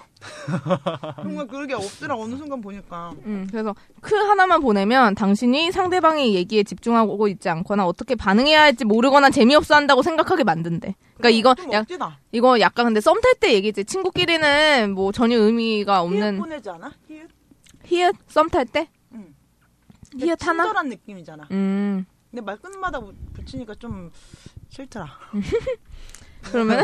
정말 그게 없더라, 어느 순간 보니까.
음, 그래서 크 하나만 보내면 당신이 상대방의 얘기에 집중하고 있지 않거나 어떻게 반응해야 할지 모르거나 재미없어 한다고 생각하게 만든대 그러니까 이거
좀
약
억지다.
이거 약간 근데 썸 탈 때 얘기지. 친구끼리는 뭐 전혀 의미가
히읗
없는
보내지 않아? 히읗?
히읗 썸 탈 때?
응.
히읗 하나?
친절한 느낌이잖아.
음.
근데 말끝마다 부- 붙이니까 좀 싫더라.
그러면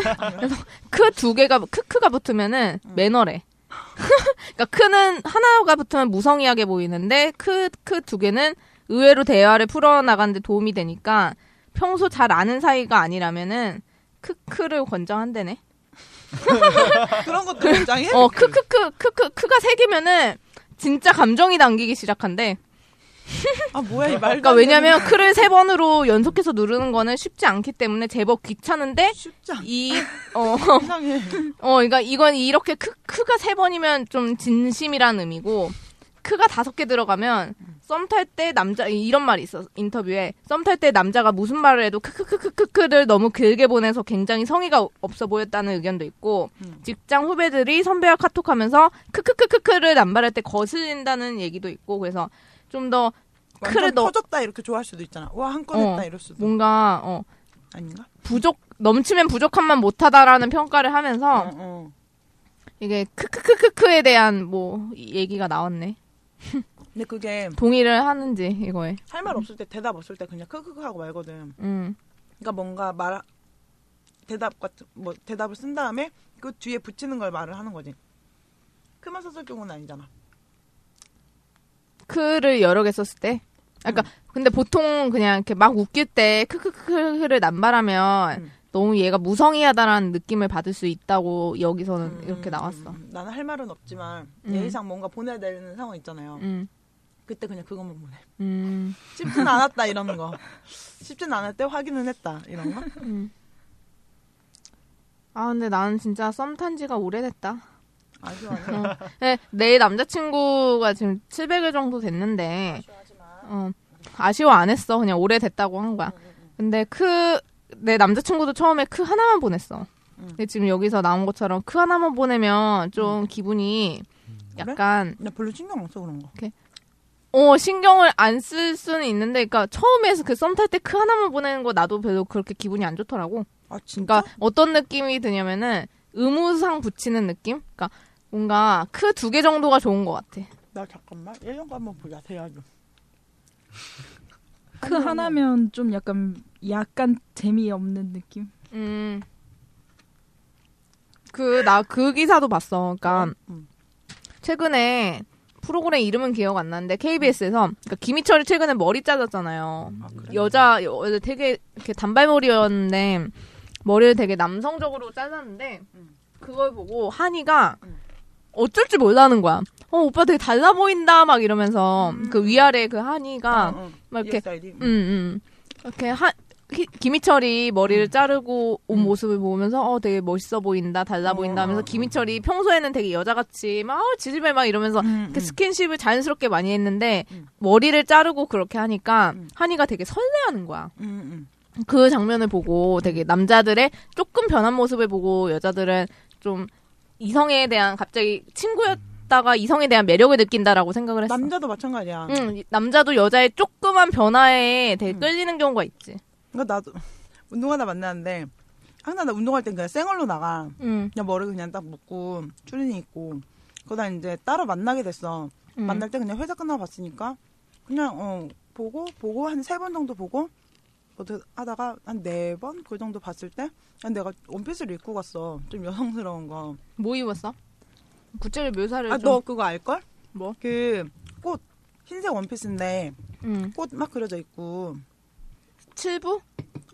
크 두 개가 크크가 붙으면은 매너래. 그러니까 크는 하나가 붙으면 무성의하게 보이는데 크 크 두 개는 의외로 대화를 풀어 나가는데 도움이 되니까 평소 잘 아는 사이가 아니라면은 크크를 권장한대네.
예, 그런 것도 굉장히
어 크크크 크크 크가 세 개면은 진짜 감정이 담기기 시작한대.
아, 뭐야, 이 말도
그러니까
안 되는
왜냐면 크를 세 번으로 연속해서 누르는 거는 쉽지 않기 때문에 제법 귀찮은데
쉽지 않아.
이어어
이상해.
그러니까 이건 이렇게 크 크가 세 번이면 좀 진심이란 의미고 크가 다섯 개 들어가면 썸 탈 때 남자 이런 말이 있어 인터뷰에 썸 탈 때 남자가 무슨 말을 해도 크크크크크크를 너무 길게 보내서 굉장히 성의가 없어 보였다는 의견도 있고
음.
직장 후배들이 선배와 카톡하면서 크크크크크를 남발할 때 거슬린다는 얘기도 있고 그래서 좀 더
완전
크를 넣-
터졌다 이렇게 좋아할 수도 있잖아. 와, 한 건
어.
했다 이럴 수도.
뭔가 어
아닌가?
부족 넘치면 부족함만 못하다라는 평가를 하면서
어, 어.
이게 크크크크크에 대한 뭐 이- 얘기가 나왔네.
근데 그게
동의를 하는지 이거에.
할 말 없을 때 대답 없을 때 그냥 크크크 하고 말거든.
음.
그러니까 뭔가 말 대답 같은 뭐 대답을 쓴 다음에 그 뒤에 붙이는 걸 말을 하는 거지. 크만 썼을 경우는 아니잖아.
크를 여러 개 썼을 때. 아까
음.
근데 보통 그냥 이렇게 막 웃길 때 크크크를 남발하면
음.
너무 얘가 무성의하다라는 느낌을 받을 수 있다고 여기서는
음,
이렇게 나왔어.
음, 음. 나는 할 말은 없지만
음.
예의상 뭔가 보내야 되는 상황 있잖아요.
음.
그때 그냥 그것만 보내.
음.
쉽진 않았다 이런 거. 쉽진 않을 때 확인은 했다 이런 거.
음. 아 근데 나는 진짜 썸 탄 지가 오래됐다.
아주 아주.
네, 내 남자친구가 지금 700일 정도 됐는데 어, 아쉬워 안 했어. 그냥 오래됐다고 한 거야. 근데 크 내 남자친구도 처음에 크 하나만 보냈어.
음.
근데 지금 여기서 나온 것처럼 크 하나만 보내면 좀 기분이 약간
나 별로 신경 안 써 그런 거.
어 신경을 안 쓸 수는 있는데 그러니까 처음에서 그 썸 탈 때 크 하나만 보내는 거 나도 별로 그렇게 기분이 안 좋더라고.
아 진짜?
그러니까 어떤 느낌이 드냐면은 의무상 붙이는 느낌? 그러니까 뭔가 크 두 개 정도가 좋은 것 같아.
나 잠깐만 1년간 한번 보자 대화도.
그 하나면 좀 약간 약간 재미없는 느낌.
음. 그, 나, 그 기사도 봤어. 그니까,
음.
최근에, 프로그램 이름은 기억 안 나는데, KBS에서, 그니까, 김희철이 최근에 머리 잘랐잖아요. 여자, 여- 여자 되게, 이렇게 단발머리였는데, 머리를 되게 남성적으로 잘랐는데,
음.
그걸 보고, 한이가,
음.
어쩔 줄 몰라는 거야. 어, 오빠 되게 달라 보인다, 막 이러면서,
음.
그 위아래 그 한이가,
응, 응.
막
이
이렇게
스타일이.
음, 음. 이렇게 한 히- 김희철이
음.
머리를 자르고 온 모습을 보면서 어 되게 멋있어 보인다, 달라 보인다 하면서 김희철이 평소에는 되게 여자같이 막 어, 지지배 막 이러면서
음,
이렇게
음.
스킨십을 자연스럽게 많이 했는데
음.
머리를 자르고 그렇게 하니까
음.
한이가 되게 설레하는 거야.
음, 음.
그 장면을 보고 되게 남자들의 조금 변한 모습을 보고 여자들은 좀 이성에 대한 갑자기 친구였다가 이성에 대한 매력을 느낀다라고 생각을 했어.
남자도 마찬가지야.
응, 남자도 여자의 조그만 변화에 되게
음.
끌리는 경우가 있지.
그러니까 나도 운동하다 만나는데 항상 나 운동할 땐 그냥 생얼로 나가.
응.
그냥 머리 그냥 딱 묶고 추리닝 입고 그러다 이제 따로 만나게 됐어.
음.
만날 때 그냥 회사 끝나고 봤으니까 그냥 어 보고 보고 한 세 번 정도 보고 어떻게 하다가 한 네 번 그 정도 봤을 때 그냥 내가 원피스를 입고 갔어. 좀 여성스러운 거.
뭐 입었어? 구체를 묘사를
아
좀.
너 그거 알 걸?
뭐?
그 꽃 흰색 원피스인데
응.
꽃 막 그려져 있고
칠부?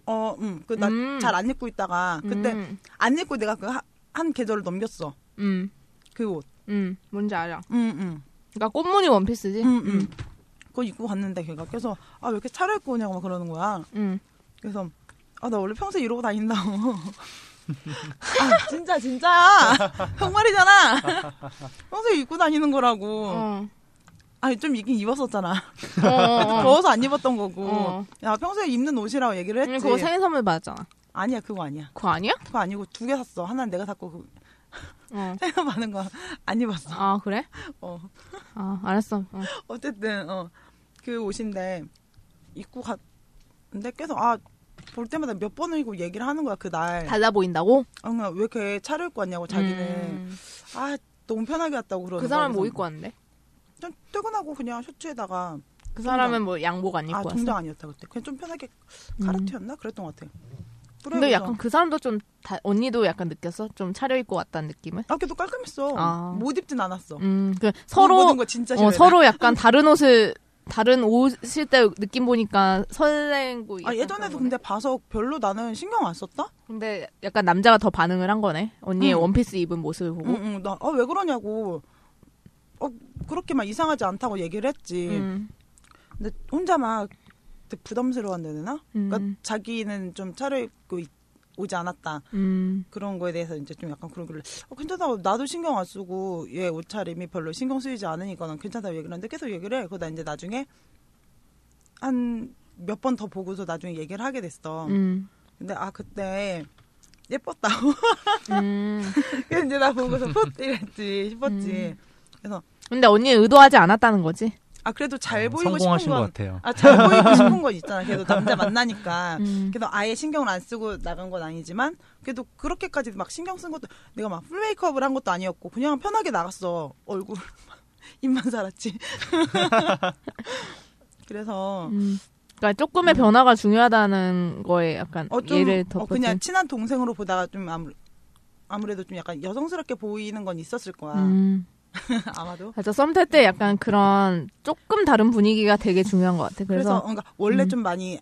어, 음, 그, 나,
음.
잘 안 입고 있다가, 그때,
음.
안 입고 내가 그, 하- 한 계절을 넘겼어.
음.
그 옷.
음. 뭔지 알아.
음, 음.
그러니까 꽃무늬 원피스지.
음, 음. 그거 입고 갔는데 걔가 그래서 아 왜 이렇게 차려입고 오냐고 막 그러는 거야.
음.
그래서 아 나 원래 평소에 이러고 다닌다고. 아 진짜 진짜 정말이잖아. 평소에 입고 다니는 거라고.
어.
아니 좀 입긴 입었었잖아.
어, 어. 어.
더워서 안 입었던 거고.
어.
야 평소에 입는 옷이라고 얘기를 했지.
음, 그거 생일 선물 받았잖아.
아니야 그거 아니야.
그거 아니야?
그거 아니고 두 개 샀어. 하나는 내가 샀고 그
어.
생각 많은 거 안 입었어.
아 그래?
어.
아 알았어. 어.
어쨌든 어 그 옷인데 입고 갔는데 계속 아 볼 때마다 몇 번이고 얘기를 하는 거야 그날
달라 보인다고?
아, 그냥 왜 이렇게 차려입고 왔냐고 네. 자기는
음.
아 너무 편하게 왔다고 그러는
그 사람 뭐
그래서
입고 왔는데?
좀 퇴근하고 그냥 셔츠에다가
그 사람은 뭐 양복 안 입고
아
왔어. 음.
정장 아니었다 그때 그냥 좀 편하게 카라테였나 그랬던 것 같아
근데 약간 그 사람도 좀 다, 언니도 약간 느꼈어? 좀 차려입고 왔다는 느낌을?
아 걔도 깔끔했어
아.
못 입진 않았어
음, 그
그거
서로
보는 거 진짜
어,
싫어
서로 약간 다른 옷을 다른 옷일 때 느낌 보니까 설레고.
아
약간
예전에도
그런 거네.
근데 봐서 별로 나는 신경 안 썼다
근데 약간 남자가 더 반응을 한 거네. 언니의
음.
원피스 입은 모습을 보고.
응, 응, 나아 어, 왜 그러냐고 어 그렇게 막 이상하지 않다고 얘기를 했지
음,
근데 혼자 막 되게 부담스러웠는데 되나
음,
그러니까 자기는 좀 차려입고 이- 오지 않았다
음,
그런 거에 대해서 이제 좀 약간 그런 걸로 어, 괜찮다 나도 신경 안 쓰고 얘 옷차림이 별로 신경 쓰이지 않으니까 난 괜찮다고 얘기를 하는데 계속 얘기를 해 그러다 이제 나중에 한 몇 번 더 보고서 나중에 얘기를 하게 됐어
음,
근데 아 그때 예뻤다고
음.
그래서 이제 나 보고서 풋 이랬지 싶었지
근데 언니는 의도하지 않았다는 거지.
아 그래도 잘
어,
보이고
성공하신
싶은
것
건
같아요.
아 잘 보이고 싶은 건 있잖아. 그래도 남자 만나니까.
음.
그래서 아예 신경을 안 쓰고 나간 건 아니지만 그래도 그렇게까지 막 신경 쓴 것도 내가 막 풀메이크업을 한 것도 아니었고 그냥 편하게 나갔어 얼굴 입만 살았지 그래서
음.
그러니까 조금의 변화가 중요하다는 거에 약간
어, 좀,
예를
어,
덮었지.
그냥 친한 동생으로 보다가 좀 아무, 아무래도 좀 약간 여성스럽게 보이는 건 있었을 거야
음.
아마도
맞아 썸탈 때 약간 그런 조금 다른 분위기가 되게 중요한 것 같아.
그래서,
그래서,
뭔가 원래
음.
좀 많이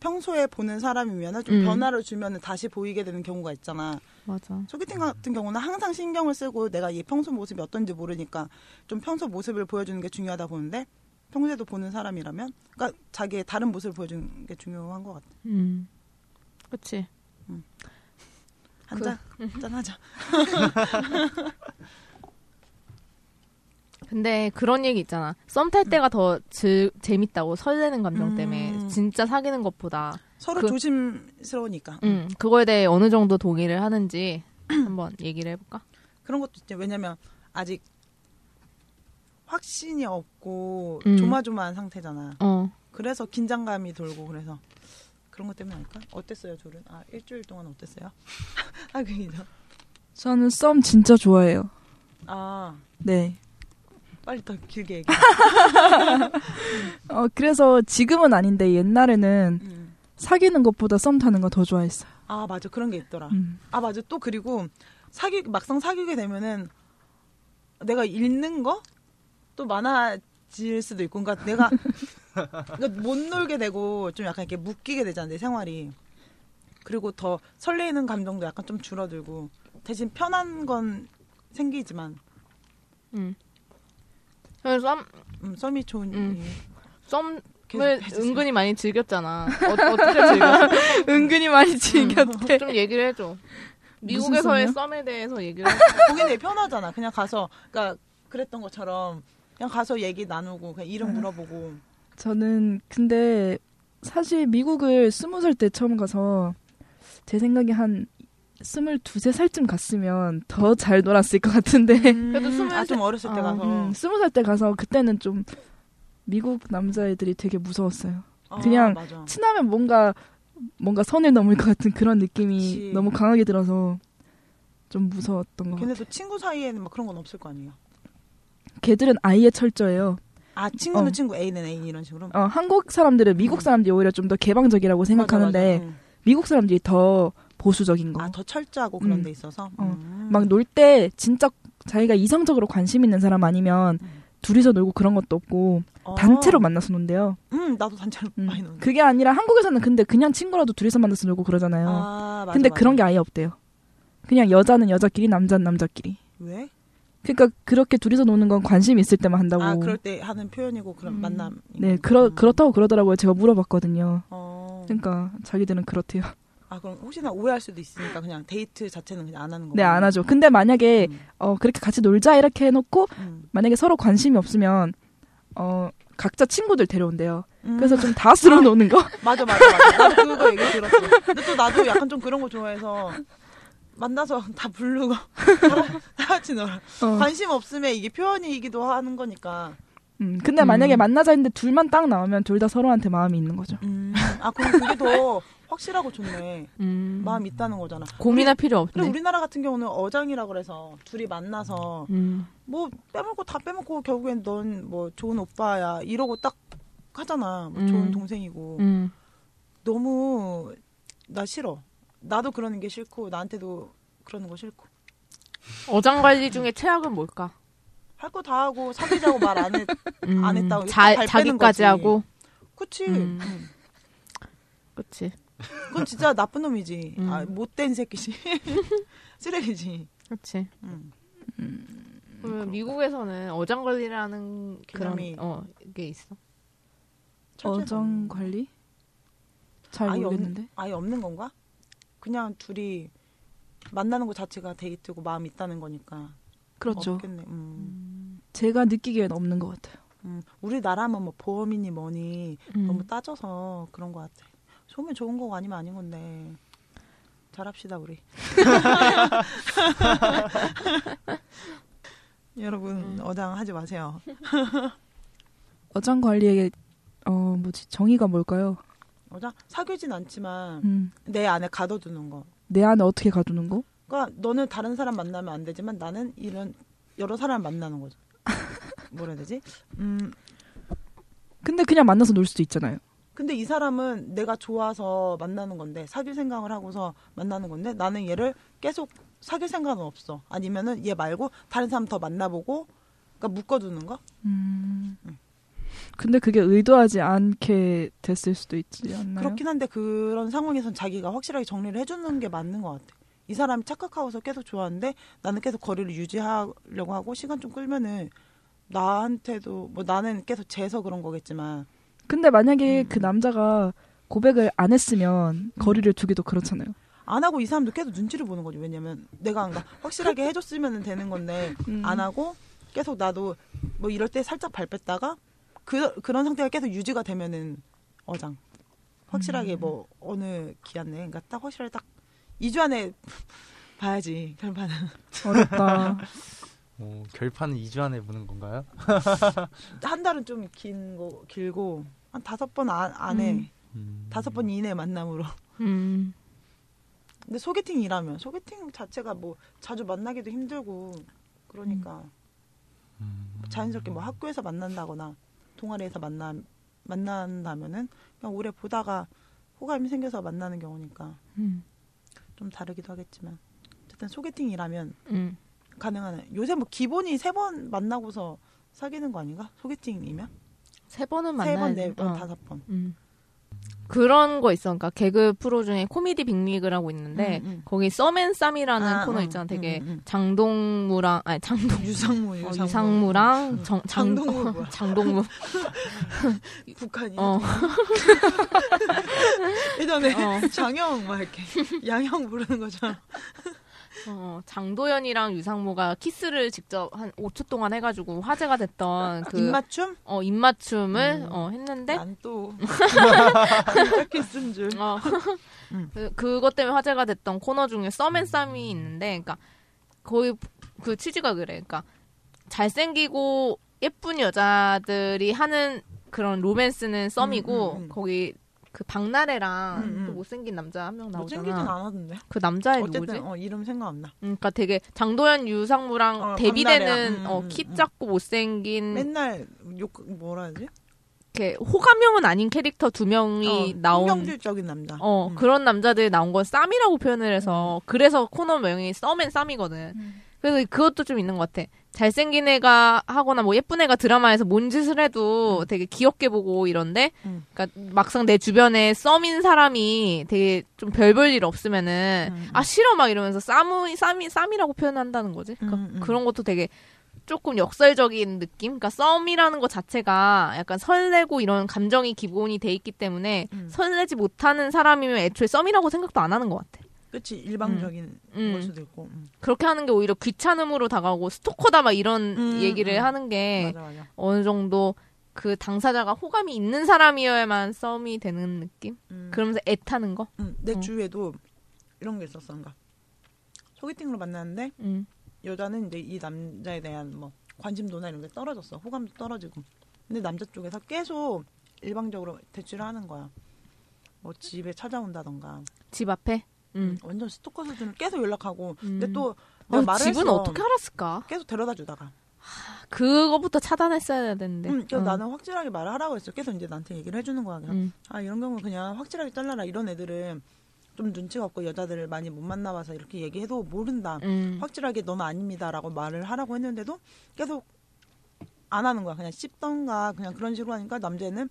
평소에 보는 사람이면 좀
음.
변화를 주면 다시 보이게 되는 경우가 있잖아
맞아.
소개팅 같은 경우는 항상 신경을 쓰고 내가 이 평소 모습이 어떤지 모르니까 좀 평소 모습을 보여주는 게 중요하다 보는데 평소에도 보는 사람이라면 그러니까 자기의 다른 모습을 보여주는 게 중요한 것 같아.
음. 그렇지.
한
그-
잔, 한잔 하자.
근데 그런 얘기 있잖아. 썸 탈 때가 더 즐, 재밌다고 설레는 감정 때문에
음.
진짜 사귀는 것보다.
서로
그-
조심스러우니까
음. 그거에 대해 어느 정도 동의를 하는지 한번 얘기를 해볼까?
그런 것도 있죠. 왜냐면 아직 확신이 없고
음.
조마조마한 상태잖아.
어.
그래서 긴장감이 돌고 그래서 그런 것 때문에 아닐까? 어땠어요, 둘은? 아 일주일 동안 어땠어요? 아 그죠.
저는 썸 진짜 좋아해요.
아
네.
빨리 더 길게 얘기.
어, 그래서 지금은 아닌데 옛날에는
음.
사귀는 것보다 썸 타는 거 더 좋아했어요.
아 맞아 그런 게 있더라.
음.
아 맞아 또 그리고 사귀 막상 사귀게 되면은 내가 읽는 거 또 많아질 수도 있고 그러니까 내가 그러니까 못 놀게 되고 좀 약간 이렇게 묶이게 되잖아 내 생활이 그리고 더 설레이는 감정도 약간 좀 줄어들고 대신 편한 건 생기지만
음. 그래서 썸,
음, 썸이 좋은
음.
이유.
썸을
계속 해주세요.
은근히 많이 즐겼잖아. 어, 어떻게 즐겼어?
은근히 많이
음, 좀 얘기를 해줘. 미국에서의 썸에 대해서 얘기를 해줘.
거기 내 편하잖아 그냥 가서 그러니까 그랬던 것처럼 그냥 가서 얘기 나누고 그냥 이름 물어보고
음. 저는 근데 사실 미국을 스무 살 때 처음 가서 제 생각에 한 스물두세 살쯤 갔으면 더 잘 놀았을 것 같은데
그래도 스물
아, 좀 어렸을 때
아,
가서
음, 스무 살 때 가서 그때는 좀 미국 남자애들이 되게 무서웠어요.
아,
그냥
맞아.
친하면 뭔가 뭔가 선을 넘을 것 같은 그런 느낌이
그치.
너무 강하게 들어서 좀 무서웠던 것 같아요.
걔네도 친구 사이에는 막 그런 건 없을 거 아니에요.
걔들은 아예 철저해요.
아 친구는
어.
친구, 애인은 애인 이런 식으로.
어, 한국 사람들은
음.
미국 사람들이 오히려 좀 더 개방적이라고 생각하는데 미국 사람들이 더 보수적인 거.
아더 철저하고 그런
음.
데 있어서.
어,
음.
막 놀 때 진짜 자기가 이성적으로 관심 있는 사람 아니면
음.
둘이서 놀고 그런 것도 없고
어.
단체로 만나서 논대요.
음 나도 단체로
음.
많이 논.
그게 아니라 한국에서는 근데 그냥 친구라도 둘이서 만나서 놀고 그러잖아요.
아 맞아.
근데
맞아.
그런 게 아예 없대요. 그냥 여자는 여자끼리, 남자는 남자끼리.
왜?
그러니까 그렇게 둘이서 노는 건 관심 있을 때만 한다고.
아 그럴 때 하는 표현이고 그런
음.
만남.
네, 그러 그렇다고 그러더라고요. 제가 물어봤거든요.
어.
그러니까 자기들은 그렇대요.
아 그럼 혹시나 오해할 수도 있으니까 그냥 데이트 자체는 그냥 안 하는 거.
네, 안 하죠. 근데 만약에
음.
어 그렇게 같이 놀자 이렇게 해놓고
음.
만약에 서로 관심이 없으면 어 각자 친구들 데려온대요.
음.
그래서 좀 다수로 노는 거.
맞아 맞아 맞아. 나도 그거 얘기 들었어. 근데 또 나도 약간 좀 그런 거 좋아해서 만나서 다 부르고 다, 다 같이 놀아.
어.
관심 없음에 이게 표현이기도 하는 거니까.
음, 근데 만약에 만나자 했는데 둘만 딱 나오면 둘 다 서로한테 마음이 있는 거죠.
아 그럼 그게 더 확실하고 좋네.
음.
마음 이 있다는 거잖아.
고민할 필요 없네.
근데 우리나라 같은 경우는 어장이라 그래서 둘이 만나서
음.
뭐 빼먹고 다 빼먹고 결국엔 넌 뭐 좋은 오빠야 이러고 딱 하잖아. 뭐
음.
좋은 동생이고
음.
너무 나 싫어. 나도 그러는 게 싫고 나한테도 그러는 거 싫고
어장 관리 중에 최악은 뭘까?
할 거 다 하고 사귀자고 말 안 해.
음,
안 했다고
자,
발 빼는
자기까지
거지.
하고.
그치?
음.
음.
그치.
그건 진짜 나쁜 놈이지.
음.
아, 못된 새끼지. 쓰레기지.
그치.
음.
그러면 미국에서는 어장 관리라는
개념이-
그런, 어, 게 있어.
철저히 뭐.
어정 관리? 잘
아예 없-
모르겠는데.
아예 없는 건가? 그냥 둘이 만나는 것 자체가 데이트고 마음이 있다는 거니까
그렇죠.
없겠네. 음.
제가 느끼기엔 없는 것 같아요.
음. 우리나라면 뭐 보험이니 뭐니
음.
너무 따져서 그런 것 같아. 좋으면 좋은 거고 아니면 아닌 건데 잘합시다 우리. 음. 여러분 어장 하지 마세요.
어장 관리의 어 뭐지 정의가 뭘까요?
맞아 사귀진 않지만
음,
내 안에 가둬두는 거.
내 안에 어떻게 가두는 거?
그러니까 너는 다른 사람 만나면 안 되지만 나는 이런 여러 사람 만나는 거죠. 뭐라 해야 되지? 음,
근데 그냥 만나서 놀 수도 있잖아요.
근데 이 사람은 내가 좋아서 만나는 건데 사귈 생각을 하고서 만나는 건데 나는 얘를 계속 사귈 생각은 없어. 아니면은 얘 말고 다른 사람 더 만나보고 그러니까 묶어두는 거?
음.
근데 그게 의도하지 않게 됐을 수도 있지 않나요?
그렇긴 한데 그런 상황에선 자기가 확실하게 정리를 해주는 게 맞는 것 같아. 이 사람이 착각하고서 계속 좋아하는데 나는 계속 거리를 유지하려고 하고 시간 좀 끌면은 나한테도 뭐 나는 계속 재서 그런 거겠지만
근데 만약에
음.
그 남자가 고백을 안 했으면 거리를 두기도 그렇잖아요.
안 하고 이 사람도 계속 눈치를 보는 거지. 왜냐면 내가 안가 확실하게 해줬으면 되는 건데 안 하고 계속 나도 뭐 이럴 때 살짝 발뺐다가 그 그런 상태가 계속 유지가 되면은 어장 확실하게 뭐 어느 기한 내 그러니까 딱 확실하게 딱 2주 안에 봐야지 결판은
어렵다.
오, 결판은 2주 안에 보는 건가요?
한 달은 좀 긴 거 길고 한 다섯 번 안, 안에
음.
음.
다섯 번 이내 만남으로
음.
근데 소개팅이라면 소개팅 자체가 뭐 자주 만나기도 힘들고 그러니까
음.
자연스럽게 뭐 학교에서 만난다거나 동아리에서 만나 만난다면은 그냥 오래 보다가 호감이 생겨서 만나는 경우니까
음.
좀 다르기도 하겠지만 어쨌든 소개팅이라면
음.
가능한 요새 뭐 기본이 세 번 만나고서 사귀는 거 아닌가 소개팅이면
세 번은 만나야
세 번 네 번 다섯 번
음. 그런 거 있어. 그러니까 개그 프로 중에 코미디 빅리그라고 있는데
음, 음.
거기 썸앤쌈이라는
아,
코너
음,
있잖아.
음,
되게
음, 음.
장동무랑 아니 장동
유상무
어,
유상무 음.
유상무랑 정, 장,
장동무 뭐야
장동무
북한이
어,
예전에
어.
장영 막 이렇게 양형 부르는 거잖아
어, 장도연이랑 유상무가 키스를 직접 한 5초 동안 해가지고 화제가 됐던 그
아, 입맞춤
어, 입맞춤을
음.
어, 했는데
난또 이렇게 쓴줄
어.
음.
그, 그것 때문에 화제가 됐던 코너 중에 썸앤쌈이 있는데, 그니까, 거의 그 취지가 그래. 그니까, 잘생기고 예쁜 여자들이 하는 그런 로맨스는 썸이고,
음, 음, 음.
거기 그 박나래랑
음, 음.
또 못생긴 남자 한 명
못생기진
나오잖아.
않았는데
그 남자의
어쨌든
누구지?
어, 이름 생각 안 나.
음, 그니까 되게 장도연 유상무랑
어, 박나래야.
대비되는
음,
어,
음,
키
음.
작고 못생긴
맨날 욕 뭐라 하지?
이렇게 호감형은 아닌 캐릭터 두 명이
어,
나온
성경질적인 남자.
어,
음.
그런 남자들 나온 건 쌈이라고 표현을 해서, 그래서 코너명이 썸앤 쌈이거든.
음.
그래서 그것도 좀 있는 것 같아. 잘생긴 애가 하거나 뭐 예쁜 애가 드라마에서 뭔 짓을 해도 되게 귀엽게 보고 이런데,
음.
그러니까 막상 내 주변에 썸인 사람이 되게 좀 별 볼 일 없으면은,
음.
아, 싫어! 막 이러면서 쌈이, 쌈이, 쌈이라고 표현한다는 거지. 그러니까
음, 음.
그런 것도 되게 조금 역설적인 느낌? 그러니까 썸이라는 것 자체가 약간 설레고 이런 감정이 기본이 돼 있기 때문에
음.
설레지 못하는 사람이면 애초에 썸이라고 생각도 안 하는 것 같아.
그치 일방적인
음.
걸 수도 있고. 음.
그렇게 하는 게 오히려 귀찮음으로 다가오고 스토커다 막 이런
음,
얘기를
음.
하는 게
맞아 맞아.
어느 정도 그 당사자가 호감이 있는 사람이어야만 썸이 되는 느낌?
음.
그러면서 애타는 거?
음, 내
어.
주위에도 이런 게 있었어. 그러니까 소개팅으로 만났는데
음.
여자는 이제 이 남자에 대한 뭐 관심도나 이런 게 떨어졌어. 호감도 떨어지고. 근데 남자 쪽에서 계속 일방적으로 대출을 하는 거야. 뭐 집에 찾아온다던가.
집 앞에? 음.
완전 스토커 수준으로 계속 연락하고. 근데
음.
또 내가
어,
말을
집은
했어.
어떻게 알았을까?
계속 데려다 주다가.
그거부터 차단했어야 되는데.
음, 그래서
어.
나는 확실하게 말을 하라고 했어. 계속 이제 나한테 얘기를 해주는 거야. 그냥
음.
아 이런 경우 는 그냥 확실하게 잘라라. 이런 애들은 좀 눈치가 없고 여자들을 많이 못 만나봐서 이렇게 얘기해도 모른다.
음.
확실하게 너는 아닙니다라고 말을 하라고 했는데도 계속 안 하는 거야. 그냥 씹던가 그냥 그런 식으로 하니까 남자는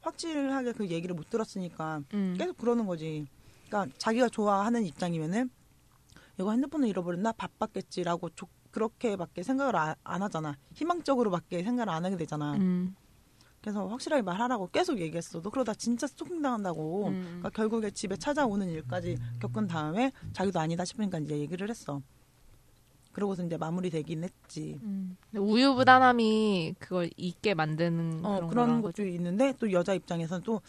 확실하게 그 얘기를 못 들었으니까
음.
계속 그러는 거지. 그러니까 자기가 좋아하는 입장이면은 이거 핸드폰을 잃어버렸나 바빴겠지라고 조- 그렇게밖에 생각을 아- 안 하잖아. 희망적으로밖에 생각을 안 하게 되잖아.
음.
그래서 확실하게 말하라고 계속 얘기했어도 그러다 진짜 스토킹 당한다고.
음.
그러니까 결국에 집에 찾아오는 일까지 겪은 다음에 자기도 아니다 싶으니까 이제 얘기를 했어. 그러고서 이제 마무리되긴 했지.
음. 우유부단함이 그걸 잊게 만드는
어,
그런,
그런
거라는
것도
거죠.
있는데 또 여자 입장에서는 또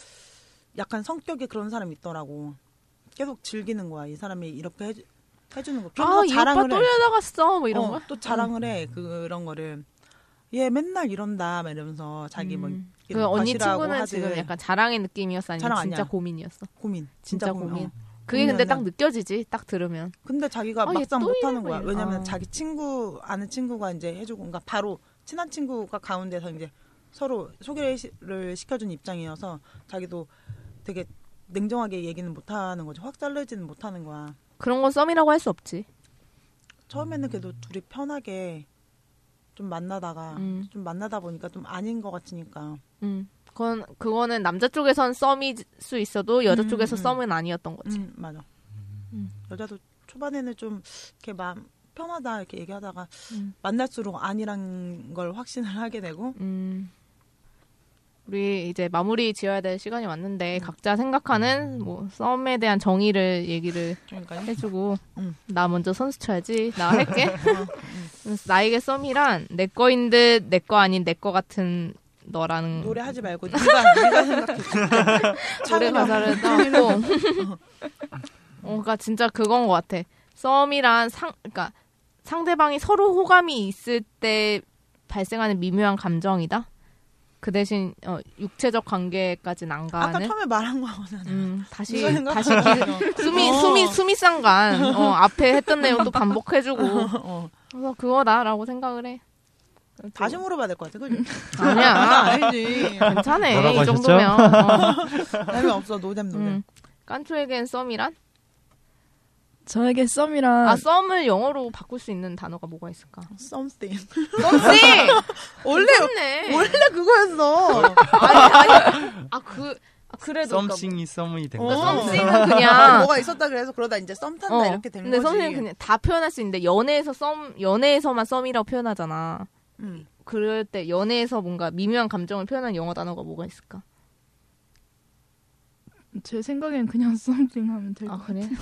약간 성격이 그런 사람이 있더라고. 계속 즐기는 거야. 이 사람이 이렇게 해주, 해주는 거. 좀더
아, 이 오빠
자랑을
또
해.
연락 왔어. 뭐 이런
어,
거.
또 자랑을 해. 그런 거를. 얘 맨날 이런다 막 이러면서 자기 뭐
음.
이런
그 언니
과시라고
친구는
하지.
지금 약간 자랑의 느낌이었어 아니면
자랑
진짜
아니야.
고민이었어.
고민
진짜 고민.
어.
그게 근데
고민하는-
딱 느껴지지. 딱 들으면.
근데 자기가
아, 얘
막상
또
못하는
이런
거야.
거야.
왜냐면
아.
자기 친구 아는 친구가 이제 해주고 그러니까 바로 친한 친구가 가운데서 이제 서로 소개를 시켜준 입장이어서 자기도 되게 냉정하게 얘기는 못하는 거지. 확 잘르지는 못하는 거야.
그런 건 썸이라고 할 수 없지.
처음에는 그래도 둘이 편하게 좀 만나다가
음.
좀 만나다 보니까 좀 아닌 것 같으니까
음. 그건 그거는 남자 쪽에선 썸일 수 있어도 여자
음,
쪽에서
음.
썸은 아니었던 거지.
음, 맞아.
음.
여자도 초반에는 좀 이렇게 마음 편하다 이렇게 얘기하다가
음.
만날수록 아니란 걸 확신을 하게 되고
음. 우리 이제 마무리 지어야 될 시간이
음.
왔는데 각자 생각하는 뭐 썸에 대한 정의를 얘기를
그러니까요.
해주고
음.
나 먼저 선수 쳐야지 나 할게
어,
나에게 썸이란 내 거인 듯 내 거 아닌 내 거 같은 너라는
노래하지 말고 네가 네가 생각해.
음. 노래 가사를 따고 어, 그러니까 진짜 그건 것 같아 썸이란 상 그러니까 상대방이 서로 호감이 있을 때 발생하는 미묘한 감정이다 그 대신 어, 육체적 관계까지는 안
아까
가는
처음에 말한 거잖아.
음, 다시
네가 생각해.
다시 기, 수미
어.
수미 수미 쌍간 어, 앞에 했던 내용 또 반복해주고
어,
그래서 그거다라고 생각을 해.
다시 물어봐야 될 것 같아. 그지?
아니야.
아니지.
괜찮아.
뭐라고
이
하셨죠?
정도면. 어.
나면 없어. 노잼 노잼.
음. 깐초에겐 썸이란?
저에게 썸이란
아, 썸을 영어로 바꿀 수 있는 단어가 뭐가 있을까?
Something.
썸씨!
원래
네
원래 그거였어.
아니, 아니. 아, 그, 아, 그래도.
썸씽이 썸이 된
어.
거죠.
썸씽은
아,
그냥.
뭐가 있었다 그래서 그러다 이제 썸 탄다
어,
이렇게 된
근데
거지.
썸은 그냥 다 표현할 수 있는데, 연애에서 썸, 연애에서만 썸이라고 표현하잖아.
음.
그럴 때, 연애에서 뭔가 미묘한 감정을 표현한 영어 단어가 뭐가 있을까?
제 생각엔 그냥 썸띵 하면 될 것
아,
같아요.
그래?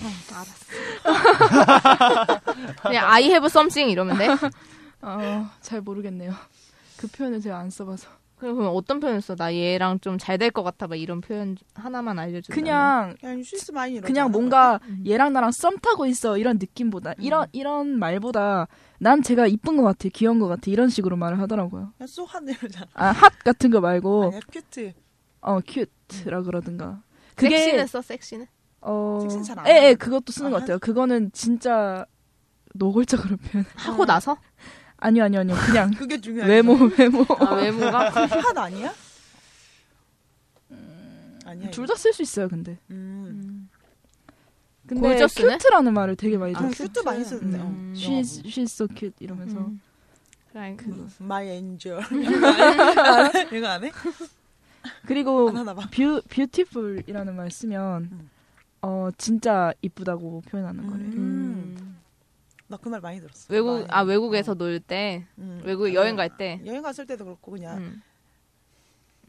어, 알았어. 그냥 I have something 이러면 돼?
아, 잘 모르겠네요. 그 표현을 제가 안 써봐서.
그럼 그럼 어떤 표현 써? 나 얘랑 좀 잘 될 것 같아. 막 이런 표현 하나만 알려줘.
그냥
그냥 쉬스 많이 이러.
그냥 뭔가 얘랑 나랑 썸 타고 있어 이런 느낌보다 이런 이런 말보다 난 제가 이쁜 것 같아, 귀여운 것 같아 이런 식으로 말을 하더라고요.
그냥 쏘한 이러잖아.
아 핫 같은 거 말고
아니야 예. 큐트.
어 큐트라 그러든가.
그게...
그게
섹시는 써 섹시는.
어
섹시는 잘안
예, 예
하는데.
그것도 쓰는
아,
것 같아요. 그거는 진짜 노골적으로 표현.
하고 나서
아니요 아니요 아니요 그냥
그게 중요해.
외모 외모
아, 외모가
핫 아니야? 음, 아니야.
둘 다 쓸 수 있어요 근데.
음.
근데
골절 쓰네?
큐트라는 말을 되게 많이
아,
들었어요.
큐트 많이 쓰는데. 어.
그렇죠. 음.
She's, she's so cute 이러면서
음. 그래, 그-
그거.
음, My angel. 이거 안 해? 이거 안 해?
어.
그리고
안 하나 봐.
뷰, beautiful이라는 말 쓰면
음.
어 진짜 이쁘다고 표현하는 거래요.
음.
음.
나 그 말 많이 들었어.
외국
많이.
아 외국에서 놀 때
음.
외국 여행 갈 때.
여행 갔을 때도 그렇고 그냥
음.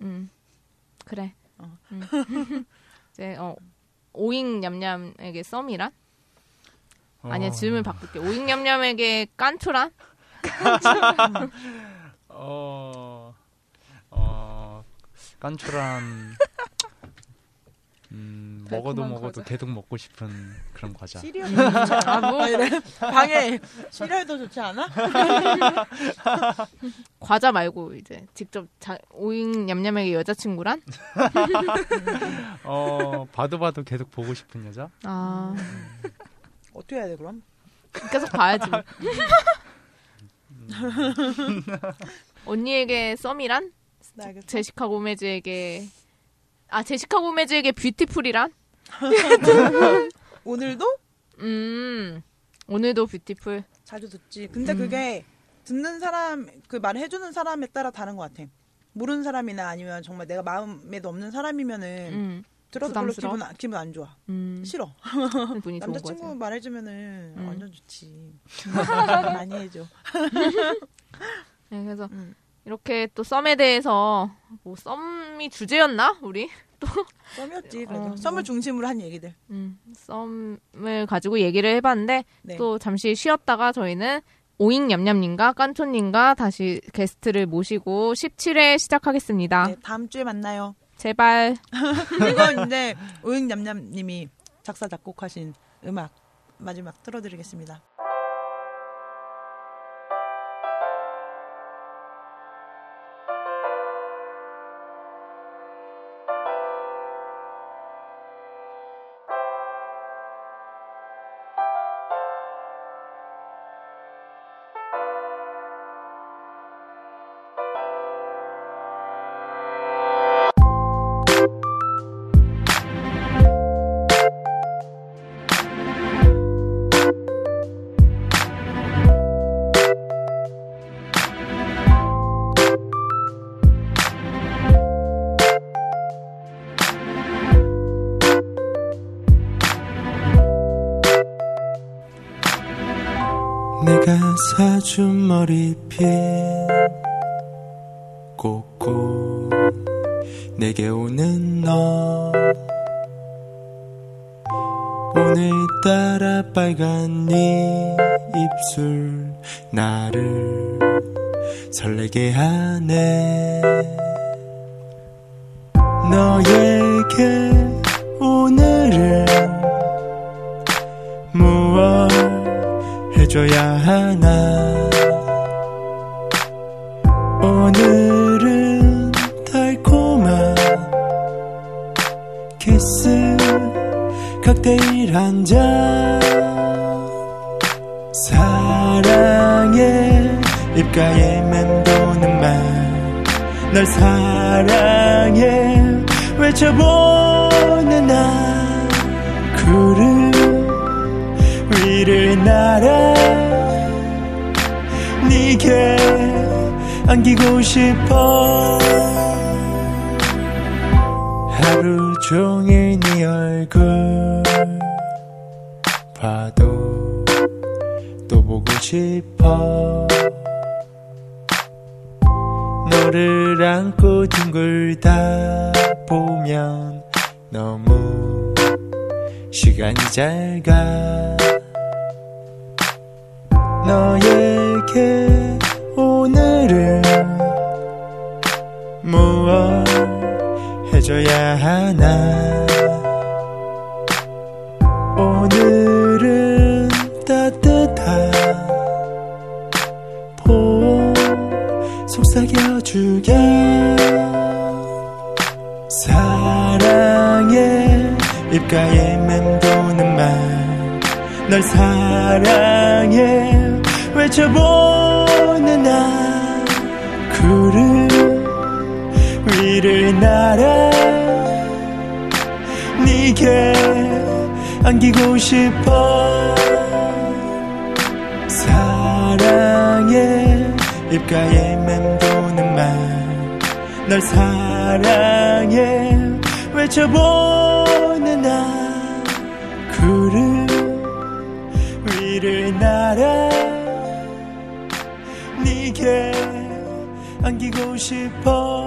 음. 그래.
어.
음. 이제 어 오잉 냠냠에게 썸이란?
어.
아니야 질문 바꿀게. 오잉 냠냠에게 깐초란?
어, 어, 깐초란, 음, 먹어도
달콤한
먹어도
과자.
계속 먹고 싶은 그런 과자.
시리얼 좋지 않아?
음. 뭐.
이래. 방에 시리얼도 좋지 않아?
과자 말고 이제 직접 자, 오잉 냠냠에게 여자친구란?
어, 봐도 봐도 계속 보고 싶은 여자?
아
어떻게 해야 돼 그럼?
계속 봐야지. 언니에게 썸이란?
나에게
제시카 고메즈에게 아 제시카 고메즈에게 뷰티풀이란?
오늘도
음 오늘도 뷰티풀.
자주 듣지. 근데
음.
그게 듣는 사람 그 말을 해주는 사람에 따라 다른 것 같아. 모르는 사람이나 아니면 정말 내가 마음에도 없는 사람이면은
음,
들어도 별로
부담스러워?
기분 안- 기분 안 좋아.
음
싫어.
분이 좋은 거지.
남자친구 말해주면은
음.
완전 좋지. 많이 해줘.
네, 그래서
음.
이렇게 또 썸에 대해서 뭐 썸이 주제였나 우리?
썸이었지 그래도.
어,
썸을 중심으로 한 얘기들.
음, 썸을 가지고 얘기를 해봤는데
네.
또 잠시 쉬었다가 저희는 오잉 냠냠님과 깐초님과 다시 게스트를 모시고 17회 시작하겠습니다.
네, 다음 주에 만나요.
제발
이건 이제 오잉냠냠님이 작사 작곡하신 음악 마지막 틀어드리겠습니다.
내가 사준 머리핀 꼭꼭 내게 오는 너 오늘따라 빨간 네 입술 나를 설레게 하네 너에게 오늘은 무엇 해줘야 하나 오늘은 달콤한 키스 칵테일 한잔 사랑해 입가에 맴도는 말 널 사랑해 외쳐보는 나 구름 위를 날아 네게 안기고 싶어 하루 종일 네 얼굴 봐도 또 보고 싶어 너를 안고 둥글다 보면 너무 시간이 잘가 너에게 오늘은 무엇 해줘야 하나 오늘은 따뜻한 보호 속삭여주게 사랑해 입가에 맴도는 말 널 사랑해 외쳐보는 나 구름 위를 날아 네게 안기고 싶어 사랑해 입가에 맴도는 말 널 사랑해 외쳐보는 나 구름 위를 날아 네게 안기고 싶어